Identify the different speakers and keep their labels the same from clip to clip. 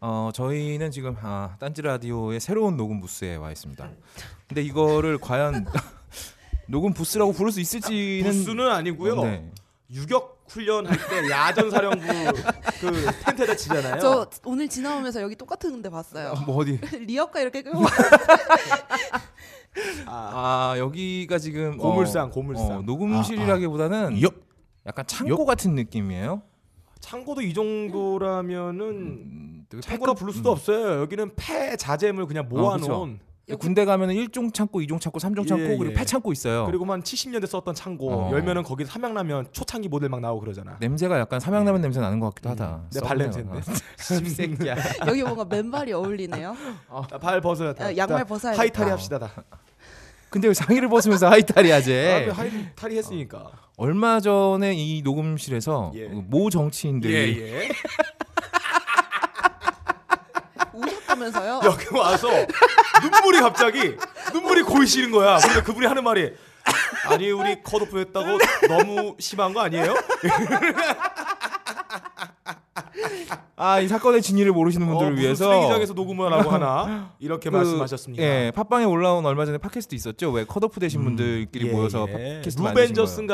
Speaker 1: 어, 저희는 지금 아, 딴지 라디오의 새로운 녹음 부스에 와 있습니다. 근데 이거를 과연 녹음 부스라고 부를 수 있을지는
Speaker 2: 부스는 아니고요.
Speaker 1: 네.
Speaker 2: 유격 훈련할 때 야전 사령부 그 텐트에다 치잖아요.
Speaker 3: 저 오늘 지나오면서 여기 똑같은 데 봤어요.
Speaker 1: 뭐 어디?
Speaker 3: 리어카 이렇게 끌고
Speaker 2: 아,
Speaker 1: 아 여기가 지금 어,
Speaker 2: 고물상, 고물상. 아,
Speaker 1: 어, 녹음실이라기보다는
Speaker 4: 요.
Speaker 1: 약간 창고 같은 느낌이에요.
Speaker 2: 창고도 이 정도라면은
Speaker 1: 음, 되게
Speaker 2: 창고라
Speaker 1: 폐급-
Speaker 2: 부를 수도
Speaker 1: 음.
Speaker 2: 없어요. 여기는 폐 자재물 그냥 모아놓은
Speaker 1: 군대 가면은 1종 창고, 2종 창고, 3종
Speaker 2: 예,
Speaker 1: 창고 그리고
Speaker 2: 예.
Speaker 1: 8창고 있어요.
Speaker 2: 그리고 한 70년대 썼던 창고
Speaker 1: 어. 네,
Speaker 2: 열면은 거기 삼양라면 초창기 모델 막 나오고 그러잖아.
Speaker 1: 냄새가 약간 삼양라면 냄새 나는 것 같기도 하다.
Speaker 2: 예. 음,
Speaker 1: 어.
Speaker 2: 내
Speaker 1: 썩은
Speaker 2: 발냄새인데.
Speaker 1: 냄새가.
Speaker 2: 십새끼야.
Speaker 3: 여기 뭔가 맨발이 어울리네요.
Speaker 2: 발 벗어야 돼.
Speaker 3: 아, 양말 벗어야
Speaker 2: 하이탈이
Speaker 3: 되겠다.
Speaker 2: 합시다. 다.
Speaker 1: 근데 왜 상의를 벗으면서 하이탈이 하재?
Speaker 2: 아, 하이탈이 했으니까.
Speaker 1: 얼마 전에 이 녹음실에서
Speaker 2: 예.
Speaker 1: 모 정치인들이
Speaker 2: 예.
Speaker 3: 우셨다면서요?
Speaker 2: 여기 그 와서 눈물이 갑자기 눈물이 고이시는 거야. 근데 그분이 하는 말이 아니 우리 컷오프 했다고 너무 심한 거 아니에요?
Speaker 1: 아, 이 사건의 진위를 모르시는
Speaker 2: 어,
Speaker 1: 분들을
Speaker 2: 무슨
Speaker 1: 위해서
Speaker 2: 쓰레기장에서 녹음을 하고 하나 이렇게
Speaker 1: 그,
Speaker 2: 말씀하셨습니다.
Speaker 1: 예, 팟빵에 올라온 얼마 전에 팟캐스트 있었죠. 왜 컷오프 되신 분들끼리
Speaker 2: 예,
Speaker 1: 모여서
Speaker 2: 예.
Speaker 1: 팟캐스트 만드신 거예요.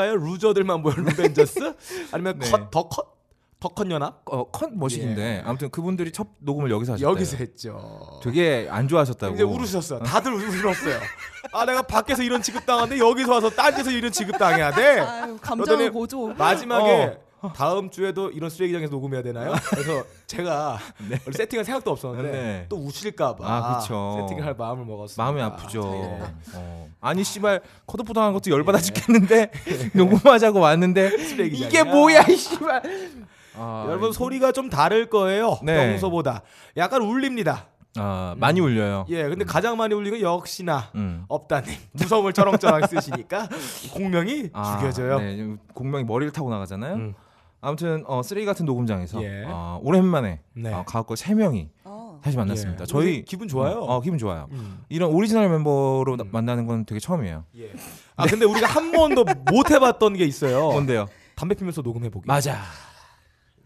Speaker 2: 루벤저스인가요? 루저들만 모여 루벤저스? 아니면
Speaker 1: 네.
Speaker 2: 컷 더 컷? 더 컷 연합?
Speaker 1: 어, 컷 머신인데 아무튼 그분들이 첫 녹음을 여기서 하셨대요.
Speaker 2: 예. 여기서 했죠.
Speaker 1: 되게 안 좋아하셨다고.
Speaker 2: 이제 울으셨어요. 다들 울었어요. 아 내가 밖에서 이런 취급 당하는데 여기서 와서 딴 데서 이런 취급 당해야 돼.
Speaker 3: 아유, 감정을
Speaker 2: 예. 여전히-
Speaker 3: 고조.
Speaker 2: 마지막에 다음 주에도 이런 쓰레기장에서 녹음해야 되나요? 그래서 제가 원래 세팅할 생각도 없었는데
Speaker 1: 네.
Speaker 2: 또 우실까봐
Speaker 1: 아, 그쵸.
Speaker 2: 세팅할 마음을 먹었어요.
Speaker 1: 마음이 아프죠.
Speaker 3: 아,
Speaker 2: 예.
Speaker 1: 어. 아니 씨발 컷오프 당한 것도 열받아 죽겠는데 녹음하자고 왔는데
Speaker 2: 쓰레기잖아요.
Speaker 1: 이게 뭐야 이 씨발. 아,
Speaker 2: 여러분 소리가 좀 다를 거예요.
Speaker 1: 네.
Speaker 2: 평소보다 약간 울립니다.
Speaker 1: 아, 많이 울려요.
Speaker 2: 예, 근데 가장 많이 울리는 건 역시나
Speaker 1: 음.
Speaker 2: 업다님 무서움을 저렁저렁 쓰시니까 공명이
Speaker 1: 아,
Speaker 2: 죽여져요.
Speaker 1: 네, 공명이 머리를 타고 나가잖아요.
Speaker 2: 음.
Speaker 1: 아무튼 어, 쓰레기 같은 녹음장에서
Speaker 2: 예.
Speaker 1: 어, 오랜만에
Speaker 2: 네.
Speaker 1: 어, 가옥걸 세 명이
Speaker 3: 어.
Speaker 1: 다시 만났습니다.
Speaker 2: 예.
Speaker 1: 저희
Speaker 2: 우리 기분 좋아요.
Speaker 1: 어, 기분 좋아요.
Speaker 2: 음.
Speaker 1: 이런 오리지널 멤버로 나- 만나는 건 되게 처음이에요.
Speaker 2: 예. 아 근데 우리가 한 번도 못 해봤던 게 있어요.
Speaker 1: 뭔데요?
Speaker 2: 담배 피면서 녹음해 보기.
Speaker 1: 맞아.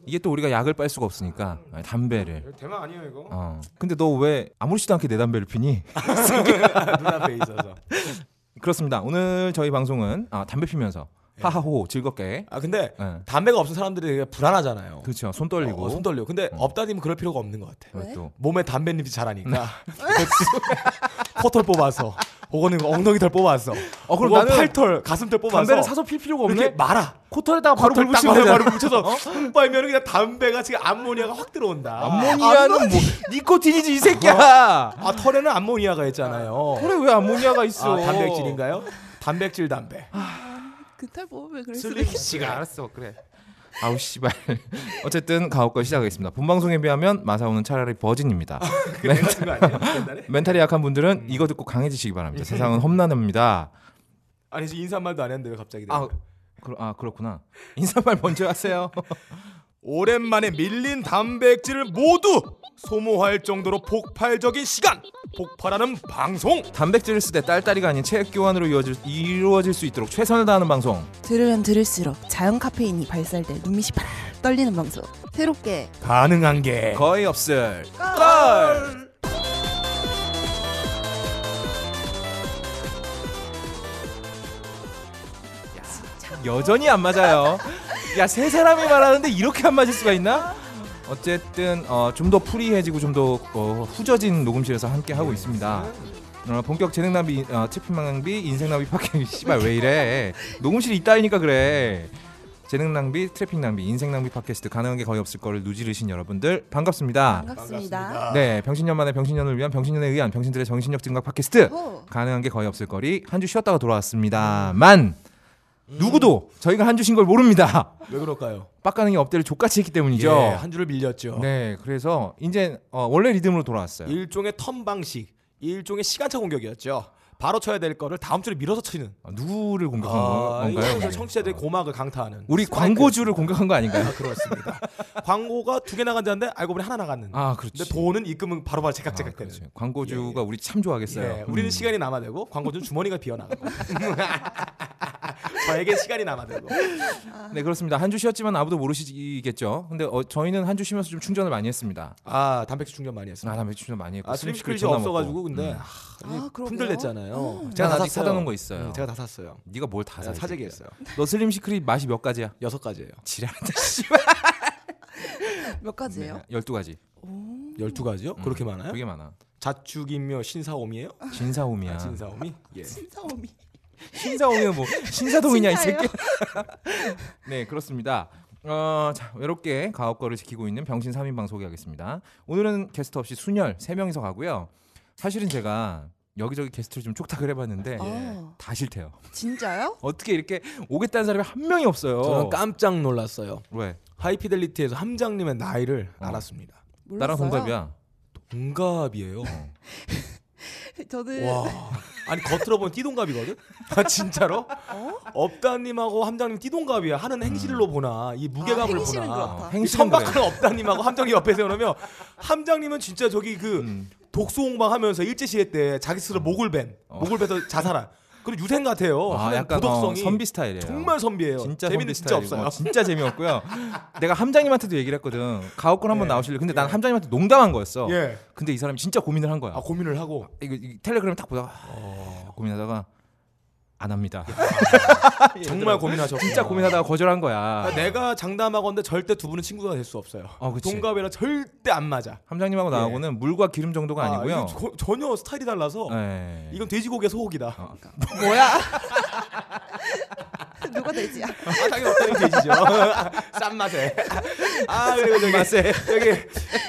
Speaker 1: 이게 또 우리가 약을 빨 수가 없으니까 아니, 담배를.
Speaker 2: 대만 아니에요 이거?
Speaker 1: 어. 근데 너 왜 아무렇지도 않게 내 담배를 피니?
Speaker 2: 눈앞에 있어서.
Speaker 1: 그렇습니다. 오늘 저희 방송은 아, 담배 피면서
Speaker 2: 예.
Speaker 1: 하하호 즐겁게.
Speaker 2: 아 근데
Speaker 1: 예.
Speaker 2: 담배가 없는 사람들이 되게 불안하잖아요.
Speaker 1: 그렇죠. 손 떨리고.
Speaker 2: 어, 손 떨려. 근데 없다님은 그럴 필요가 없는 것 같아.
Speaker 1: 왜 또.
Speaker 2: 몸에 담배잎이 자라니까 코털 뽑아서 혹은 엉덩이털 뽑아서
Speaker 1: 네. 어, 그럼
Speaker 2: 혹은
Speaker 1: 나는
Speaker 2: 팔털 가슴털 뽑아서
Speaker 1: 담배를 사서 필 필요가 없네.
Speaker 2: 이렇게 말아
Speaker 1: 코털에다가 바로
Speaker 2: 코털 딱
Speaker 1: 긁으시면
Speaker 2: 말아
Speaker 1: 되잖아.
Speaker 2: 바로 붙여서 훅 빨면 그냥 담배가 지금 암모니아가 확 들어온다
Speaker 1: 암모니아는 뭐 니코틴이지 이 새끼야.
Speaker 2: 아 털에는 암모니아가 있잖아요
Speaker 1: 그래 왜 뭐? 암모니아가 있어?
Speaker 2: 아, 단백질인가요? 단백질 담배
Speaker 1: 아,
Speaker 3: 그탈 뽑으면 그랬어.
Speaker 2: 씨가
Speaker 1: 알았어 그래. 아우 씨발. 어쨌든 가옥걸 시작하겠습니다. 본 방송에 비하면 마사오는 차라리 버진입니다.
Speaker 2: 그랬던 거 아니에요? 옛날에?
Speaker 1: 멘탈이 약한 분들은 이거 듣고 강해지시기 바랍니다. 세상은 험난합니다.
Speaker 2: 아니 지금 인사말도 안 했는데 왜 갑자기
Speaker 1: 아, 그러, 아 그렇구나. 인사말 먼저 하세요.
Speaker 2: 오랜만에 밀린 단백질을 모두 소모할 정도로 폭발적인 시간 폭발하는 방송
Speaker 1: 단백질을 쓰되 딸딸이가 아닌 체액 교환으로 이루어질, 이루어질 수 있도록 최선을 다하는 방송.
Speaker 3: 들으면 들을수록 자연 카페인이 발살돼 눈이 시파락 떨리는 방송. 새롭게
Speaker 2: 가능한 게
Speaker 1: 거의 없을. 여전히 안 맞아요. 야 세 사람이 말하는데 이렇게 안 맞을 수가 있나? 어쨌든 좀 더 프리해지고 좀 더 어, 후져진 녹음실에서 함께 하고 있습니다. 어, 본격 재능 낭비, 어, 채핀 낭비, 인생 낭비 파킹 씨발 왜 이래? 녹음실이 있다이니까 그래. 재능 낭비, 트래핑 낭비, 인생 낭비 팟캐스트 가능한 게 거의 없을 거를 누지르신 여러분들 반갑습니다.
Speaker 3: 반갑습니다.
Speaker 1: 네, 병신년만의 병신년을 위한 병신년에 의한 병신들의 정신력 증강 팟캐스트
Speaker 3: 호.
Speaker 1: 가능한 게 거의 없을 거리 한 주 쉬었다가 돌아왔습니다만 음. 누구도 저희가 한 주 쉰 걸 모릅니다.
Speaker 2: 왜 그럴까요?
Speaker 1: 빡가능이 업데이를 족같이 했기 때문이죠.
Speaker 2: 예, 한 줄을 밀렸죠.
Speaker 1: 네, 그래서 이제 어, 원래 리듬으로 돌아왔어요.
Speaker 2: 일종의 턴 방식, 일종의 시간차 공격이었죠. 바로 쳐야 될 거를 다음 주로 밀어서 치는.
Speaker 1: 어, 누구를 공격한
Speaker 2: 아,
Speaker 1: 건 건가요?
Speaker 2: 이거 청취자들의 고막을 강타하는.
Speaker 1: 우리
Speaker 2: 스파이크.
Speaker 1: 광고주를 공격한 거 아닌가요?
Speaker 2: 아, 그렇습니다. 광고가 두 개 나간 자인데 알고 보니 하나 나갔는데.
Speaker 1: 아, 그렇지.
Speaker 2: 근데 돈은 입금은 바로바로 제각제각
Speaker 1: 아,
Speaker 2: 되는.
Speaker 1: 그렇지. 광고주가
Speaker 2: 네.
Speaker 1: 우리 참 좋아하겠어요.
Speaker 2: 예, 우리는
Speaker 1: 음.
Speaker 2: 시간이 남아되고 광고주는 주머니가 비어나가고 저에게 시간이 남아들고
Speaker 1: 네 그렇습니다. 한 주 쉬었지만 아무도 모르시겠죠. 근데 어, 저희는 한 주 쉬면서 좀 충전을 많이 했습니다.
Speaker 2: 아 단백질 충전 많이 했습니다.
Speaker 1: 아, 담배 충전 많이 했고
Speaker 2: 아 슬림시크릿이
Speaker 1: 존나 먹고.
Speaker 2: 없어가지고 근데
Speaker 1: 음.
Speaker 2: 아,
Speaker 3: 아, 그러게요. 음.
Speaker 2: 품절됐잖아요.
Speaker 1: 제가
Speaker 2: 다
Speaker 1: 아직
Speaker 2: 샀어요.
Speaker 1: 사다 놓은 거 있어요.
Speaker 2: 음, 제가 다 샀어요.
Speaker 1: 네가 뭘 다 사?
Speaker 2: 제가 사재기 했어요. 음.
Speaker 1: 너 슬림 시크릿 맛이 몇 가지야?
Speaker 2: 여섯 가지예요.
Speaker 1: 지랄한다.
Speaker 3: 몇 가지예요?
Speaker 1: 열두 가지.
Speaker 3: 음.
Speaker 2: 열두 가지요? 음. 그렇게 아. 많아요?
Speaker 1: 되게 많아.
Speaker 2: 자축인묘 신사옴이에요?
Speaker 1: 진사오미야.
Speaker 2: 신사옴이? 예.
Speaker 3: 신사오미.
Speaker 1: 신사오면 뭐 신사동이냐 이
Speaker 3: 진짜예요?
Speaker 1: 새끼. 네 그렇습니다. 어, 자, 외롭게 가업거를 지키고 있는 병신 3인방 소개하겠습니다. 오늘은 게스트 없이 순열 3명이서 가고요. 사실은 제가 여기저기 게스트를 좀 쪽탁을 해봤는데
Speaker 2: 어.
Speaker 3: 아.
Speaker 1: 다 싫대요.
Speaker 3: 진짜요?
Speaker 1: 어떻게 이렇게 오겠다는 사람이 한 명이 없어요.
Speaker 2: 저는 깜짝 놀랐어요.
Speaker 1: 왜?
Speaker 2: 하이피델리티에서 함장님의 나이를 알았습니다.
Speaker 3: 몰랐어요.
Speaker 1: 나랑 동갑이야.
Speaker 2: 동갑이에요.
Speaker 3: 저는
Speaker 2: 와. 아니 겉으로 보면 띠동갑이거든. 아 진짜로?
Speaker 3: 어?
Speaker 2: 업다님하고 함장님 띠동갑이야. 하는 행실로 보나 이 무게감을
Speaker 3: 아, 행실은
Speaker 2: 보나.
Speaker 3: 그렇다.
Speaker 2: 이
Speaker 1: 행실은 그래.
Speaker 2: 천박한 업다님하고 함장님 옆에 세우면 함장님은 진짜 저기 그
Speaker 1: 음.
Speaker 2: 독소홍방하면서 일제시대 때 자기 스스로 목을 벤
Speaker 1: 어.
Speaker 2: 목을 베서 자살한 그런 유생 같아요.
Speaker 1: 아,
Speaker 2: 하는
Speaker 1: 약간 어,
Speaker 2: 도덕성이
Speaker 1: 선비 스타일이에요.
Speaker 2: 정말 선비예요.
Speaker 1: 진짜 선비
Speaker 2: 재미는 진짜
Speaker 1: 스타일이고,
Speaker 2: 없어요.
Speaker 1: 진짜 재미없고요. 내가 함장님한테도 얘기를 했거든. 가옥군 한번
Speaker 2: 예.
Speaker 1: 나오실래? 근데 난
Speaker 2: 예.
Speaker 1: 함장님한테 농담한 거였어.
Speaker 2: 예.
Speaker 1: 근데 이 사람이 진짜 고민을 한 거야.
Speaker 2: 아 어. 고민을 하고
Speaker 1: 이거 이 텔레그램 딱 보다가 아, 고민하다가 안 합니다.
Speaker 2: 정말 고민하셨고
Speaker 1: 아, 진짜 고민하다가 거절한
Speaker 2: 아,
Speaker 1: 거야.
Speaker 2: 내가 장담하건데 절대 두 분은 친구가 될 수 없어요.
Speaker 1: 어, 그치.
Speaker 2: 동갑이라 절대 안 맞아.
Speaker 1: 함장님하고 나하고는 물과 기름 정도가 아, 니고요
Speaker 2: 예. 이건 저- 전혀 스타일이 달라서
Speaker 1: 네.
Speaker 2: 이건 돼지고기의 소고기다.
Speaker 1: 어.
Speaker 3: 뭐야? 누가 되지야?
Speaker 2: 아, 당연히 없다는 돼지죠. 싼 맛에. 아 그리고 저기 맛에 여기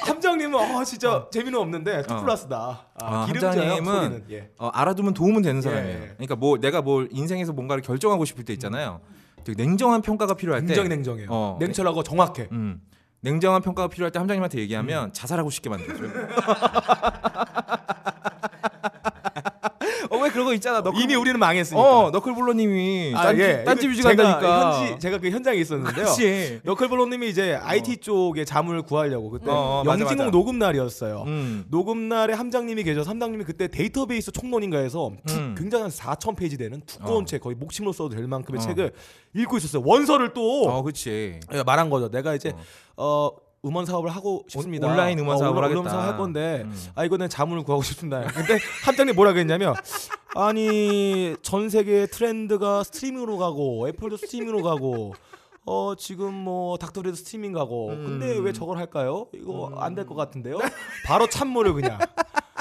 Speaker 2: 함장님은 어, 진짜 재미는 없는데 투플러스다. 아,
Speaker 1: 어. 아,
Speaker 2: 기름져요. 소리는.
Speaker 1: 함장님은
Speaker 2: 예.
Speaker 1: 어, 알아두면 도움은 되는 사람이에요.
Speaker 2: 예.
Speaker 1: 그러니까 뭐 내가 뭘 인생에서 뭔가를 결정하고 싶을 때 있잖아요. 되게 냉정한 평가가 필요할 때
Speaker 2: 굉장히 냉정해요.
Speaker 1: 어.
Speaker 2: 냉철하고 정확해.
Speaker 1: 음. 냉정한 평가가 필요할 때 함장님한테
Speaker 2: 음.
Speaker 1: 얘기하면 자살하고 싶게 만들죠. 어왜 그런 거 있잖아. 너클,
Speaker 2: 이미 우리는 망했으니까.
Speaker 1: 어 너클블러님이 딴지 딴지 뮤직
Speaker 2: 아, 예. 제가
Speaker 1: 한다니까. 어.
Speaker 2: 현지, 제가 그 현장에 있었는데요.
Speaker 1: 그렇지.
Speaker 2: 너클볼로님이 이제 IT 쪽에 잠을 구하려고 그때
Speaker 1: 어, 어, 맞아,
Speaker 2: 영진공
Speaker 1: 맞아.
Speaker 2: 녹음 날이었어요.
Speaker 1: 음.
Speaker 2: 녹음 날에 함장님이 계셔서 함장님이 그때 데이터베이스 총론인가 해서 두-
Speaker 1: 음.
Speaker 2: 굉장한 4천 페이지 되는 두꺼운
Speaker 1: 어.
Speaker 2: 책 거의 목침으로 써도 될 만큼의
Speaker 1: 어.
Speaker 2: 책을 읽고 있었어요. 원서를 또
Speaker 1: 어 그렇지.
Speaker 2: 예, 말한 거죠. 내가 이제 어, 음원 사업을 하고 싶습니다. 어,
Speaker 1: 온라인 음원 사업을
Speaker 2: 온라-
Speaker 1: 하겠다.
Speaker 2: 음원 사업 할 건데
Speaker 1: 음.
Speaker 2: 아 이거는 자문을 구하고 싶습니다. 근데 함장님 뭐라 그랬냐면 아니 전 세계 트렌드가 스트리밍으로 가고 애플도 스트리밍으로 가고 어 지금 뭐 닥터리도 스트리밍 가고 근데
Speaker 1: 음.
Speaker 2: 왜 저걸 할까요? 이거 안 될 것 같은데요. 바로 찬물을 그냥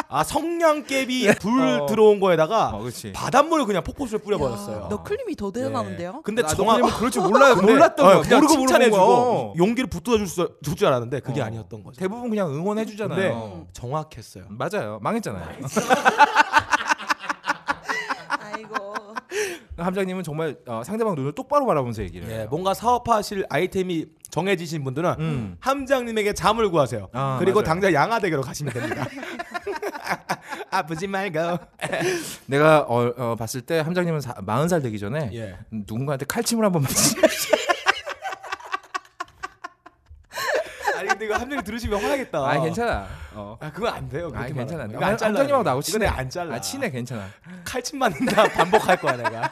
Speaker 2: 아 성냥개비 불
Speaker 1: 어.
Speaker 2: 들어온 거에다가
Speaker 1: 어, 그치.
Speaker 2: 바닷물을 그냥 폭포수에 뿌려버렸어요. 예.
Speaker 3: 너클림이 더 대단한데요?
Speaker 2: 근데
Speaker 1: 아,
Speaker 2: 정확
Speaker 1: 너클님은 그럴 줄 몰라요.
Speaker 2: 근데
Speaker 1: 몰랐던
Speaker 2: 어,
Speaker 1: 거야.
Speaker 2: 그냥
Speaker 1: 모르고 모르는
Speaker 2: 칭찬해주고
Speaker 1: 거야. 어.
Speaker 2: 용기를 붙들어 줄줄 줄 알았는데 어. 그게
Speaker 1: 어.
Speaker 2: 아니었던 거죠. 네.
Speaker 1: 대부분 그냥 응원해
Speaker 2: 근데
Speaker 1: 주잖아요. 음.
Speaker 2: 정확했어요.
Speaker 1: 맞아요. 망했잖아요.
Speaker 3: 아이고.
Speaker 1: 함장님은 정말 어, 상대방 눈을 똑바로 바라보면서 얘기를 해요.
Speaker 2: 네. 예, 뭔가 사업하실 아이템이 정해지신 분들은
Speaker 1: 음.
Speaker 2: 함장님에게 잠을 구하세요.
Speaker 1: 아,
Speaker 2: 그리고
Speaker 1: 맞아요.
Speaker 2: 당장 양화대교로 가시면 됩니다. 아프지 말고.
Speaker 1: 내가 어, 어, 봤을 때 함장님은 사, 40살 되기 전에
Speaker 2: 예.
Speaker 1: 누군가한테 칼침을 한번 맞지.
Speaker 2: 아니 근데 이거 함장님 들으시면 화나겠다.
Speaker 1: 아 괜찮아. 어.
Speaker 2: 아, 그건 안 돼요.
Speaker 1: 아
Speaker 2: 그렇게
Speaker 1: 괜찮아.
Speaker 2: 말하면.
Speaker 1: 나-
Speaker 2: 이거 안 잘라.
Speaker 1: 함장님하고 나하고 친해.
Speaker 2: 이거 내가 안 잘라.
Speaker 1: 아 친해 괜찮아.
Speaker 2: 칼침 맞는다. 반복할 거야 내가.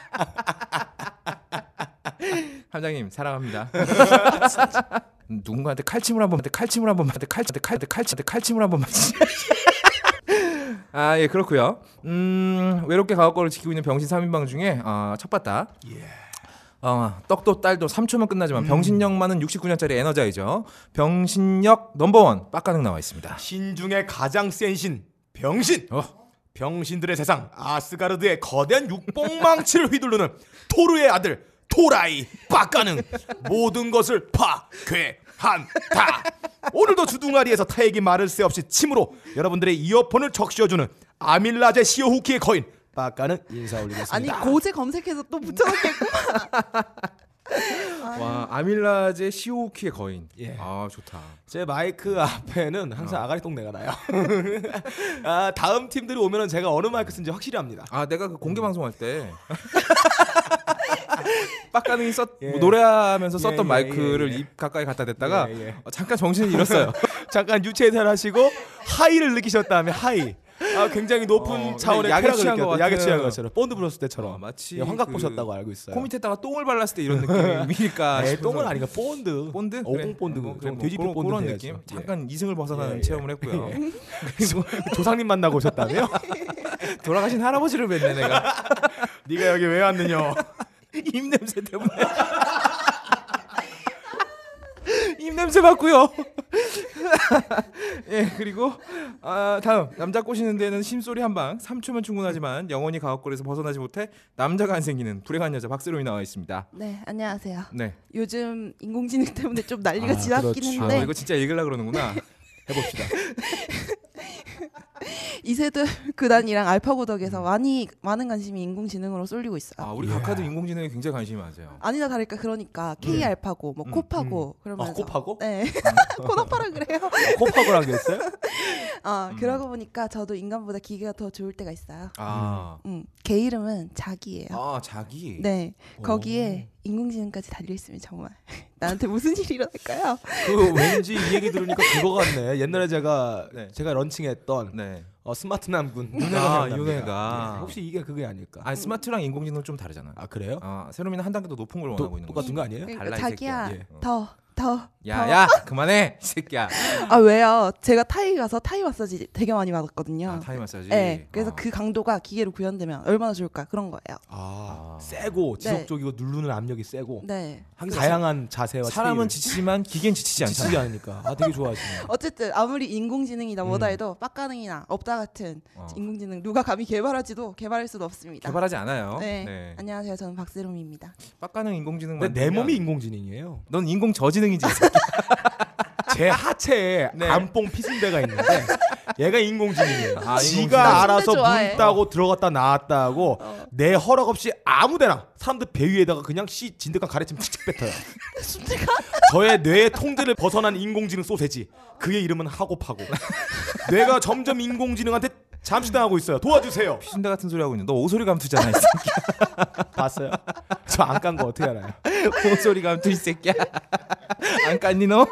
Speaker 1: 함장님 사랑합니다. 누군가한테 칼침을 한번 칼침을 한번 칼침한테 칼한테 칼침한테 칼침을 한번 맞지. 아예 그렇고요. 음 외롭게 가옥걸을 지키고 있는 병신 3인방 중에 어, 첫 봤다. 어, 떡도 딸도 3초면 끝나지만 병신력만은 69년짜리 에너자이죠. 병신력 넘버원 빡가능 나와 있습니다.
Speaker 2: 신중의 가장 센 신 병신.
Speaker 1: 어.
Speaker 2: 병신들의 세상 아스가르드의 거대한 육봉망치를 휘두르는 토르의 아들 토라이 빡가는 모든 것을 파괴한다 오늘도 주둥아리에서 타액이 마를 새 없이 침으로 여러분들의 이어폰을 적셔주는 아밀라제 시오후키의 거인 빡가는 인사 올리겠습니다
Speaker 3: 아니 고제 검색해서 또 붙여놨겠구만.
Speaker 1: 와 아밀라제 시오키의 거인.
Speaker 2: 예.
Speaker 1: 아 좋다.
Speaker 2: 제 마이크 앞에는 항상 아가리 똥내가 나요 아, 다음 팀들이 오면 은 제가 어느 마이크 쓴지 확실히 합니다
Speaker 1: 아 내가 그
Speaker 2: 음.
Speaker 1: 공개 방송할 때 빡가능이 썼
Speaker 2: 예.
Speaker 1: 뭐 노래하면서 썼던
Speaker 2: 예, 예,
Speaker 1: 마이크를
Speaker 2: 예, 예.
Speaker 1: 입 가까이 갖다 댔다가
Speaker 2: 예, 예.
Speaker 1: 어, 잠깐 정신을 잃었어요.
Speaker 2: 잠깐 유체 이탈하시고 하이를 느끼셨다면 하이 아, 굉장히 높은
Speaker 1: 어, 근데
Speaker 2: 차원의 야계
Speaker 1: 야계
Speaker 2: 취한
Speaker 1: 취한
Speaker 2: 것
Speaker 1: 것
Speaker 2: 같아요. 야계
Speaker 1: 같은.
Speaker 2: 취한 것처럼 본드 브러스 때처럼
Speaker 1: 어, 마치
Speaker 2: 예, 환각
Speaker 1: 그
Speaker 2: 보셨다고 알고 있어요.
Speaker 1: 코 밑에다가 똥을 발랐을 때 이런 느낌일까 싶어서.
Speaker 2: 에 네, 똥은 아니고 본드.
Speaker 1: 본드?
Speaker 2: 오공 본드.
Speaker 1: 뭐,
Speaker 2: 그럼
Speaker 1: 뭐
Speaker 2: 돼지피
Speaker 1: 그런-
Speaker 2: 본드
Speaker 1: 그런
Speaker 2: 돼야지.
Speaker 1: 느낌?
Speaker 2: 예.
Speaker 1: 잠깐 이승을 벗어나는
Speaker 2: 예, 예.
Speaker 1: 체험을 했고요
Speaker 2: 그리고 조상님 만나고 오셨다며?
Speaker 1: 돌아가신 할아버지를 뵀네 내가
Speaker 2: 네가 여기 왜 왔느냐?
Speaker 1: 입냄새 때문에 입냄새 맡고요 예 그리고 아, 다음 남자 꼬시는 데는 심소리 한방 3초면 충분하지만 영원히 가옥골에서 벗어나지 못해 남자가 안 생기는 불행한 여자 박세롬이 나와 있습니다
Speaker 3: 네 안녕하세요.
Speaker 1: 네
Speaker 3: 요즘 인공지능 때문에 좀 난리가
Speaker 2: 아,
Speaker 3: 지났긴
Speaker 2: 그렇죠.
Speaker 1: 아,
Speaker 3: 한데
Speaker 1: 이거 진짜 읽으려 그러는구나
Speaker 2: 해봅시다.
Speaker 3: 이세돌 구단이랑 알파고 덕에서 많이 많은 관심이 인공지능으로 쏠리고 있어요.
Speaker 1: 아 우리
Speaker 2: 예.
Speaker 1: 각하도 인공지능에 굉장히 관심이 많으세요
Speaker 3: 아니다 다를까 그러니까 K 알파고 뭐
Speaker 1: 음,
Speaker 3: 코파고 그러면서
Speaker 2: 아, 코파고?
Speaker 3: 네 코나파라 그래요.
Speaker 2: 코파고랑 그랬어요?
Speaker 3: 아
Speaker 1: 음.
Speaker 3: 그러고 보니까 저도 인간보다 기계가 더 좋을 때가 있어요.
Speaker 1: 아,
Speaker 3: 음, 개 이름은 자기예요.
Speaker 2: 음.
Speaker 1: 아 자기
Speaker 3: 네 거기에 인공지능까지 달려 있으면 정말 나한테 무슨 일이 일어날까요?
Speaker 2: 그 왠지 이 얘기 들으니까 그거 같네. 옛날에 제가
Speaker 1: 네.
Speaker 2: 제가 런칭했던
Speaker 1: 네.
Speaker 2: 어, 스마트 남군
Speaker 1: 아,
Speaker 2: 윤회가 예.
Speaker 1: 윤회가.
Speaker 2: 혹시 이게 그게 아닐까?
Speaker 1: 아 스마트랑 인공지능은 좀 다르잖아.
Speaker 2: 아 그래요?
Speaker 1: 아 세롬이는 한 단계 더 높은 걸
Speaker 2: 도-
Speaker 1: 뭐 원하고 있는 거지.
Speaker 2: 똑같은 거 아니에요?
Speaker 3: 그러니까
Speaker 1: 달라, 이
Speaker 3: 자기야
Speaker 1: 새끼야. 예.
Speaker 3: 더 더. 더.
Speaker 1: 야야 그만해 이 새끼야.
Speaker 3: 아 왜요? 제가 타이 가서 타이 마사지 되게 많이 받았거든요.
Speaker 1: 아, 타임 마사지.
Speaker 3: 네, 그래서
Speaker 1: 어.
Speaker 3: 그 강도가 기계로 구현되면 얼마나 좋을까 그런 거예요.
Speaker 2: 아,
Speaker 1: 아.
Speaker 2: 세고
Speaker 3: 네.
Speaker 2: 지속적이고 누르는 압력이 세고
Speaker 3: 네.
Speaker 2: 항상 다양한 자세와
Speaker 1: 사람은
Speaker 2: 스타일을
Speaker 1: 지치지만 기계는 지치지 않잖아.
Speaker 2: 지치지 않으니까 아 되게 좋아하시네.
Speaker 3: 어쨌든 아무리 인공지능이나 뭐다
Speaker 2: 음.
Speaker 3: 해도 빡가능이나 업다 같은
Speaker 1: 어.
Speaker 3: 인공지능 누가 감히 개발하지도 개발할 수도 없습니다.
Speaker 1: 개발하지 않아요.
Speaker 3: 네. 안녕하세요. 저는 박세롬입니다.
Speaker 1: 빡가는 인공지능.
Speaker 2: 근데 내
Speaker 1: 만들면
Speaker 2: 몸이 인공지능이에요.
Speaker 1: 넌 인공 저지능이지.
Speaker 2: 제 하체에
Speaker 1: 네.
Speaker 2: 안뽕 피순대가 있는데 얘가 인공지능이에요.
Speaker 1: 아,
Speaker 2: 지가
Speaker 1: 인공지능.
Speaker 2: 알아서
Speaker 3: 나 순대
Speaker 2: 문 따고 들어갔다 나왔다 하고
Speaker 1: 어.
Speaker 2: 내 허락 없이 아무데나 사람들 배 위에다가 그냥 씨 진득한 가래침 칙칙 뱉어요. 저의 뇌의 통제를 벗어난 인공지능 소세지. 그의 이름은 하고파고. 뇌가 점점 인공지능한테 잠수당하고 있어요. 도와주세요.
Speaker 1: 신다 같은 소리 하고 있는. 너 오소리 감투잖아. 이
Speaker 2: 봤어요? 저 안 깐 거 어떻게 알아요?
Speaker 1: 새끼야. 오소리 감투 이 새끼야. 안 깠니 너? 어,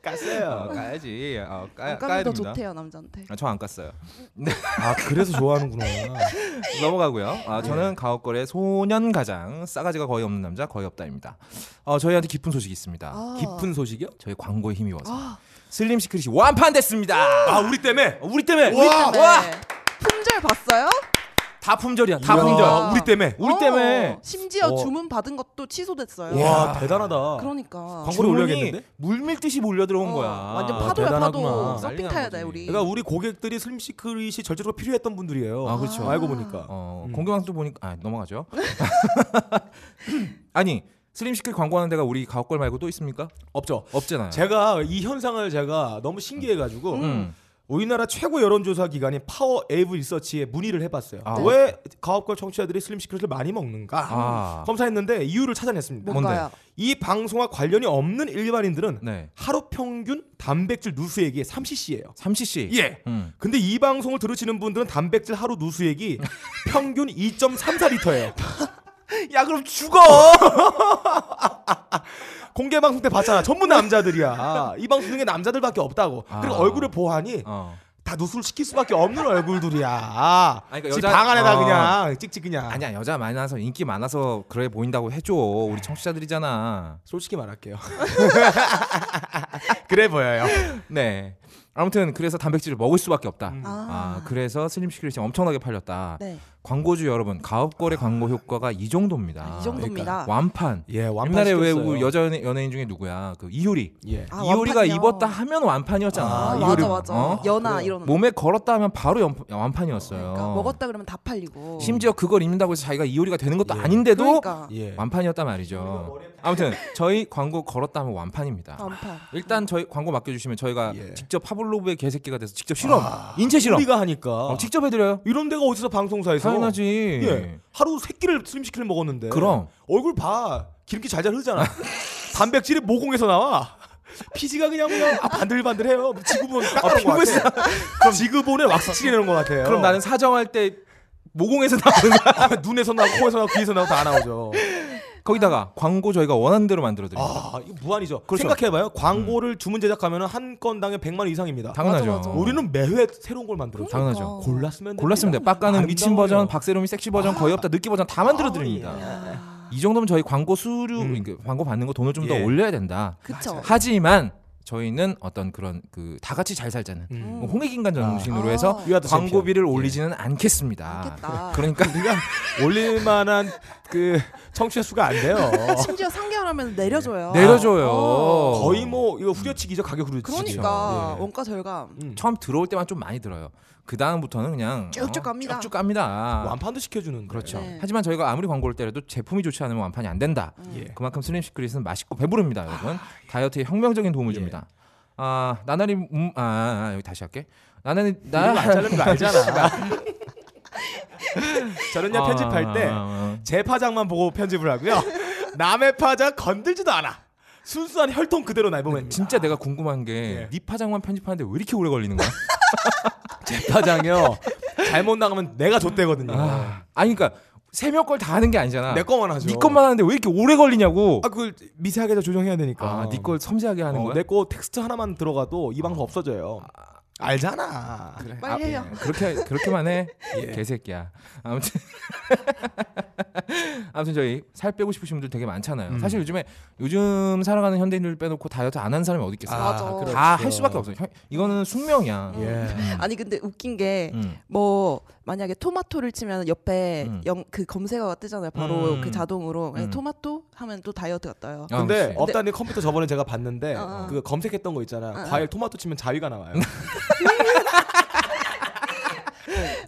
Speaker 2: 깠어요.
Speaker 1: 까야지. 어, 까, 까야
Speaker 3: 깜깜이 더
Speaker 1: 됩니다. 아,
Speaker 3: 좋대요 남자한테.
Speaker 1: 저 안 깠어요.
Speaker 2: 아 그래서 좋아하는구나.
Speaker 1: 넘어가고요.
Speaker 3: 네.
Speaker 1: 아, 저는 가옥걸의 소년 가장 싸가지가 거의 없는 남자 거의 없다입니다. 어, 저희한테 깊은 소식이 있습니다.
Speaker 3: 아.
Speaker 2: 깊은 소식이요?
Speaker 1: 저희 광고에 힘입어서
Speaker 3: 아,
Speaker 1: 슬림 시크릿이 완판됐습니다.
Speaker 2: 아 우리 때문에
Speaker 1: 어, 우리 때문에
Speaker 2: 와!
Speaker 3: 네.
Speaker 1: 와!
Speaker 3: 품절 봤어요?
Speaker 1: 다 품절이야. 다
Speaker 2: 이야,
Speaker 1: 품절.
Speaker 3: 품절.
Speaker 2: 우리 때문에
Speaker 1: 우리
Speaker 3: 어,
Speaker 1: 때문에.
Speaker 3: 심지어
Speaker 2: 어.
Speaker 3: 주문 받은 것도 취소됐어요.
Speaker 2: 와 대단하다.
Speaker 3: 그러니까.
Speaker 2: 광고를
Speaker 1: 주문이
Speaker 2: 올려야겠는데?
Speaker 1: 물밀듯이 몰려 들어온
Speaker 3: 어,
Speaker 1: 거야.
Speaker 3: 완전
Speaker 2: 아,
Speaker 3: 파도야 파도.
Speaker 2: 대단하구나.
Speaker 1: 난리
Speaker 3: 서핑
Speaker 1: 난
Speaker 3: 타야
Speaker 1: 거지.
Speaker 3: 돼 우리.
Speaker 2: 그러니까 우리 고객들이 슬림시크릿이 절대로 필요했던 분들이에요.
Speaker 1: 아, 그렇죠.
Speaker 2: 알고 보니까.
Speaker 1: 어,
Speaker 2: 음.
Speaker 1: 공개방송 보니까 아, 넘어가죠. 아니 슬림 시크릿 광고하는 데가 우리 가옥걸 말고 또 있습니까?
Speaker 2: 없죠.
Speaker 1: 없잖아요.
Speaker 2: 제가 이 현상을 제가 너무 신기해가지고
Speaker 1: 음.
Speaker 2: 우리나라 최고 여론조사 기관인 파워 에이브 리서치에 문의를 해봤어요.
Speaker 1: 아.
Speaker 2: 왜 가업걸 청취자들이 슬림시크릿을 많이 먹는가
Speaker 1: 아.
Speaker 2: 검사했는데 이유를 찾아냈습니다.
Speaker 1: 뭔데?
Speaker 3: 뭔가요?
Speaker 2: 이 방송과 관련이 없는 일반인들은
Speaker 1: 네.
Speaker 2: 하루 평균 단백질 누수액이 3cc예요.
Speaker 1: 삼시 씨.
Speaker 2: 예.
Speaker 1: 음.
Speaker 2: 근데 이 방송을 들으시는 분들은 단백질 하루 누수액이 평균 2.34리터예요.
Speaker 1: 야 그럼 죽어.
Speaker 2: 공개 방송 때 봤잖아. 전부 남자들이야. 이 방송에 남자들밖에 없다고.
Speaker 1: 아.
Speaker 2: 그리고 얼굴을 보하니
Speaker 1: 어.
Speaker 2: 다 노출 시킬 수밖에 없는 얼굴들이야.
Speaker 1: 아니, 그러니까
Speaker 2: 집
Speaker 1: 여자-
Speaker 2: 방 안에다
Speaker 1: 어.
Speaker 2: 그냥 찍찍 그냥.
Speaker 1: 아니야 여자 많아서 인기 많아서 그래 보인다고 해줘 우리 청취자들이잖아
Speaker 2: 솔직히 말할게요. 그래 보여요.
Speaker 1: 네 아무튼 그래서 단백질을 먹을 수밖에 없다
Speaker 2: 음.
Speaker 1: 아 그래서 슬림 시크릿이 엄청나게 팔렸다
Speaker 3: 네.
Speaker 1: 광고주 여러분 가업거래 광고 효과가 이 정도입니다
Speaker 3: 아, 이 정도입니다.
Speaker 1: 아, 완판
Speaker 2: 예, 완판
Speaker 1: 옛날에 왜
Speaker 2: 시켰어요.
Speaker 1: 그 여자 연예- 연예인 중에 누구야 그 이효리
Speaker 2: 예.
Speaker 3: 아,
Speaker 1: 이효리가
Speaker 3: 완판이요.
Speaker 1: 입었다 하면 완판이었잖아
Speaker 3: 아,
Speaker 2: 아,
Speaker 3: 맞아
Speaker 2: 이거를-
Speaker 3: 맞아.
Speaker 1: 어?
Speaker 3: 연하
Speaker 2: 그래요.
Speaker 3: 이런.
Speaker 1: 몸에 걸었다 하면 바로 연- 완판이었어요
Speaker 3: 그러니까 먹었다 그러면 다 팔리고.
Speaker 1: 심지어 그걸 입는다고 해서 자기가 이효리가 되는 것도
Speaker 2: 예.
Speaker 1: 아닌데도
Speaker 3: 그러니까
Speaker 2: 예.
Speaker 1: 완판이었단 말이죠 아무튼 저희 광고 걸었다 하면 완판입니다
Speaker 3: 안팔.
Speaker 1: 일단 저희 광고 맡겨주시면 저희가
Speaker 2: 예.
Speaker 1: 직접 파블로브의 개새끼가 돼서 직접 실험
Speaker 3: 아,
Speaker 1: 인체 실험
Speaker 2: 우리가 하니까
Speaker 1: 어, 직접 해드려요
Speaker 2: 이런 데가 어디서 방송사에서
Speaker 1: 당연하지
Speaker 2: 예. 하루 세 끼를 슬림시키를 먹었는데.
Speaker 1: 그럼.
Speaker 2: 얼굴 봐. 기름기 잘잘 흐르잖아. 단백질이 모공에서 나와. 피지가 그냥 그냥 아, 반들반들해요. 지구본 딱 그런 거
Speaker 1: 어, 피부에서-
Speaker 2: 같아. 그럼 지구본에 왁스 칠해놓은 것
Speaker 3: 예.
Speaker 2: 같아요.
Speaker 3: 어.
Speaker 1: 그럼 나는 사정할 때 모공에서 나오는 거야
Speaker 2: 아, 눈에서 나고 코에서 나고 귀에서 나고 다 나오죠.
Speaker 1: 거기다가 광고 저희가 원하는 대로 만들어 드립니다.
Speaker 2: 아, 이거 무한이죠.
Speaker 1: 그렇죠. 음.
Speaker 2: 생각해봐요. 광고를 주문 제작하면 한 건당에 100만 원 이상입니다.
Speaker 1: 당연하죠.
Speaker 3: 맞아, 맞아.
Speaker 2: 우리는 매회 새로운 걸 만들어요.
Speaker 1: 그럼. 당연하죠.
Speaker 3: 그러니까.
Speaker 2: 골랐으면
Speaker 1: 골랐으면 돼요. 빡가는 미친
Speaker 2: 아름다워요.
Speaker 1: 버전, 박세롬이 섹시 버전, 거의 없다 느끼 버전 다 만들어 드립니다. 이 정도면 저희 광고 수료,
Speaker 2: 음.
Speaker 1: 그러니까 광고 받는 거 돈을 좀 더
Speaker 2: 예.
Speaker 1: 올려야 된다.
Speaker 3: 그쵸.
Speaker 1: 하지만 저는 어떤 그런 그 다 같이 잘 살자는
Speaker 2: 음.
Speaker 1: 뭐 홍익인간 정신으로
Speaker 3: 아.
Speaker 1: 해서
Speaker 2: You are the champion.
Speaker 1: 광고비를 올리지는 않겠습니다.
Speaker 3: 않겠다.
Speaker 1: 그러니까 우리가
Speaker 2: 올릴만한 그 청취자 수가 안 돼요.
Speaker 3: 심지어 3개월 하면 내려줘요.
Speaker 1: 내려줘요.
Speaker 3: 어.
Speaker 2: 거의 뭐 이거 후려치기죠 가격 후려치기.
Speaker 3: 그러니까
Speaker 2: 예.
Speaker 3: 원가 절감.
Speaker 2: 음.
Speaker 1: 처음 들어올 때만 좀 많이 들어요. 그 다음부터는 그냥 어,
Speaker 3: 쭉쭉 갑니다.
Speaker 1: 쭉쭉 갑니다.
Speaker 2: 음. 완판도 시켜주는.
Speaker 1: 그렇죠.
Speaker 3: 네.
Speaker 1: 하지만 저희가 아무리 광고를 때려도 제품이 좋지 않으면 완판이 안 된다.
Speaker 3: 음,
Speaker 2: 예. 아,
Speaker 1: 그만큼 슬림 시크릿은 맛있고 배부릅니다, 여러분. 다이어트에 혁명적인 도움을
Speaker 2: 예.
Speaker 1: 줍니다. 아 나날이 음, 아, 아, 아, 여기 다시 할게. 나는
Speaker 2: 나 잘리는 거 알잖아. 저는 야
Speaker 1: 아,
Speaker 2: 편집할 때
Speaker 1: 아,
Speaker 2: 제 파장만 보고 편집을 하고요. 남의 파장 건들지도 않아. 순수한 혈통 그대로 날 보면
Speaker 1: 진짜 내가 궁금한 게 네
Speaker 2: 예.
Speaker 1: 파장만 편집하는데 왜 이렇게 오래 걸리는 거야?
Speaker 2: 제 파장이요. 잘못 나가면 내가 좆대거든요.
Speaker 1: 아, 아니 그러니까 세명 걸 다 하는 게 아니잖아.
Speaker 2: 내 것만 하죠.
Speaker 1: 네 것만 하는데 왜 이렇게 오래 걸리냐고.
Speaker 2: 아 그걸 미세하게 더 조정해야 되니까. 어,
Speaker 1: 아, 네걸 섬세하게 하는 거야?
Speaker 2: 내거 텍스트 하나만 들어가도 이 방송 없어져요. 알잖아.
Speaker 1: 그래.
Speaker 3: 빨리 해요. 예.
Speaker 1: 예. 그렇게 그렇게만 해. 개새끼야. 아무튼 아무튼 저희 살 빼고 싶으신 분들 되게 많잖아요. 사실 요즘에 요즘 살아가는 현대인들 빼놓고 다이어트 안 하는 사람이 어디 있겠어요?
Speaker 3: 아, 맞아.
Speaker 1: 다 할 수밖에 없어요. 형, 이거는 숙명이야.
Speaker 2: 예.
Speaker 3: 아니 근데 웃긴 게
Speaker 1: 음.
Speaker 3: 뭐 만약에 토마토를 치면 옆에
Speaker 1: 음.
Speaker 3: 영, 그 검색어가 뜨잖아요. 바로
Speaker 2: 음.
Speaker 3: 그 자동으로 그냥
Speaker 1: 음.
Speaker 3: 토마토 하면 또 다이어트가 떠요.
Speaker 1: 아,
Speaker 2: 근데
Speaker 1: 혹시.
Speaker 2: 업다니 컴퓨터 저번에 제가 봤는데
Speaker 3: 어, 어.
Speaker 2: 그 검색했던 거 있잖아.
Speaker 3: 어, 어.
Speaker 2: 과일 토마토 치면 자위가 나와요.
Speaker 1: 음.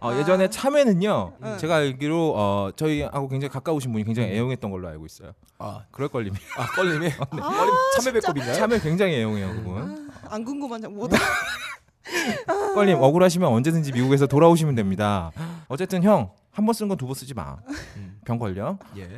Speaker 1: 어,
Speaker 3: 아.
Speaker 1: 예전에 참외는요. 제가 알기로 어, 저희하고 굉장히 가까우신 분이 굉장히 애용했던 걸로 알고 있어요.
Speaker 2: 아,
Speaker 1: 그럴 걸림이.
Speaker 2: 아 껄림이 껄림 참외배꼽인가요?
Speaker 1: 참외 굉장히 애용해요, 그분.
Speaker 3: 안 궁금한 점뭐 못.
Speaker 1: 걸림 억울하시면 언제든지 미국에서 돌아오시면 됩니다. 어쨌든 형, 한 번 쓴 건 두 번 쓰지 마. 병 걸려.
Speaker 2: 예.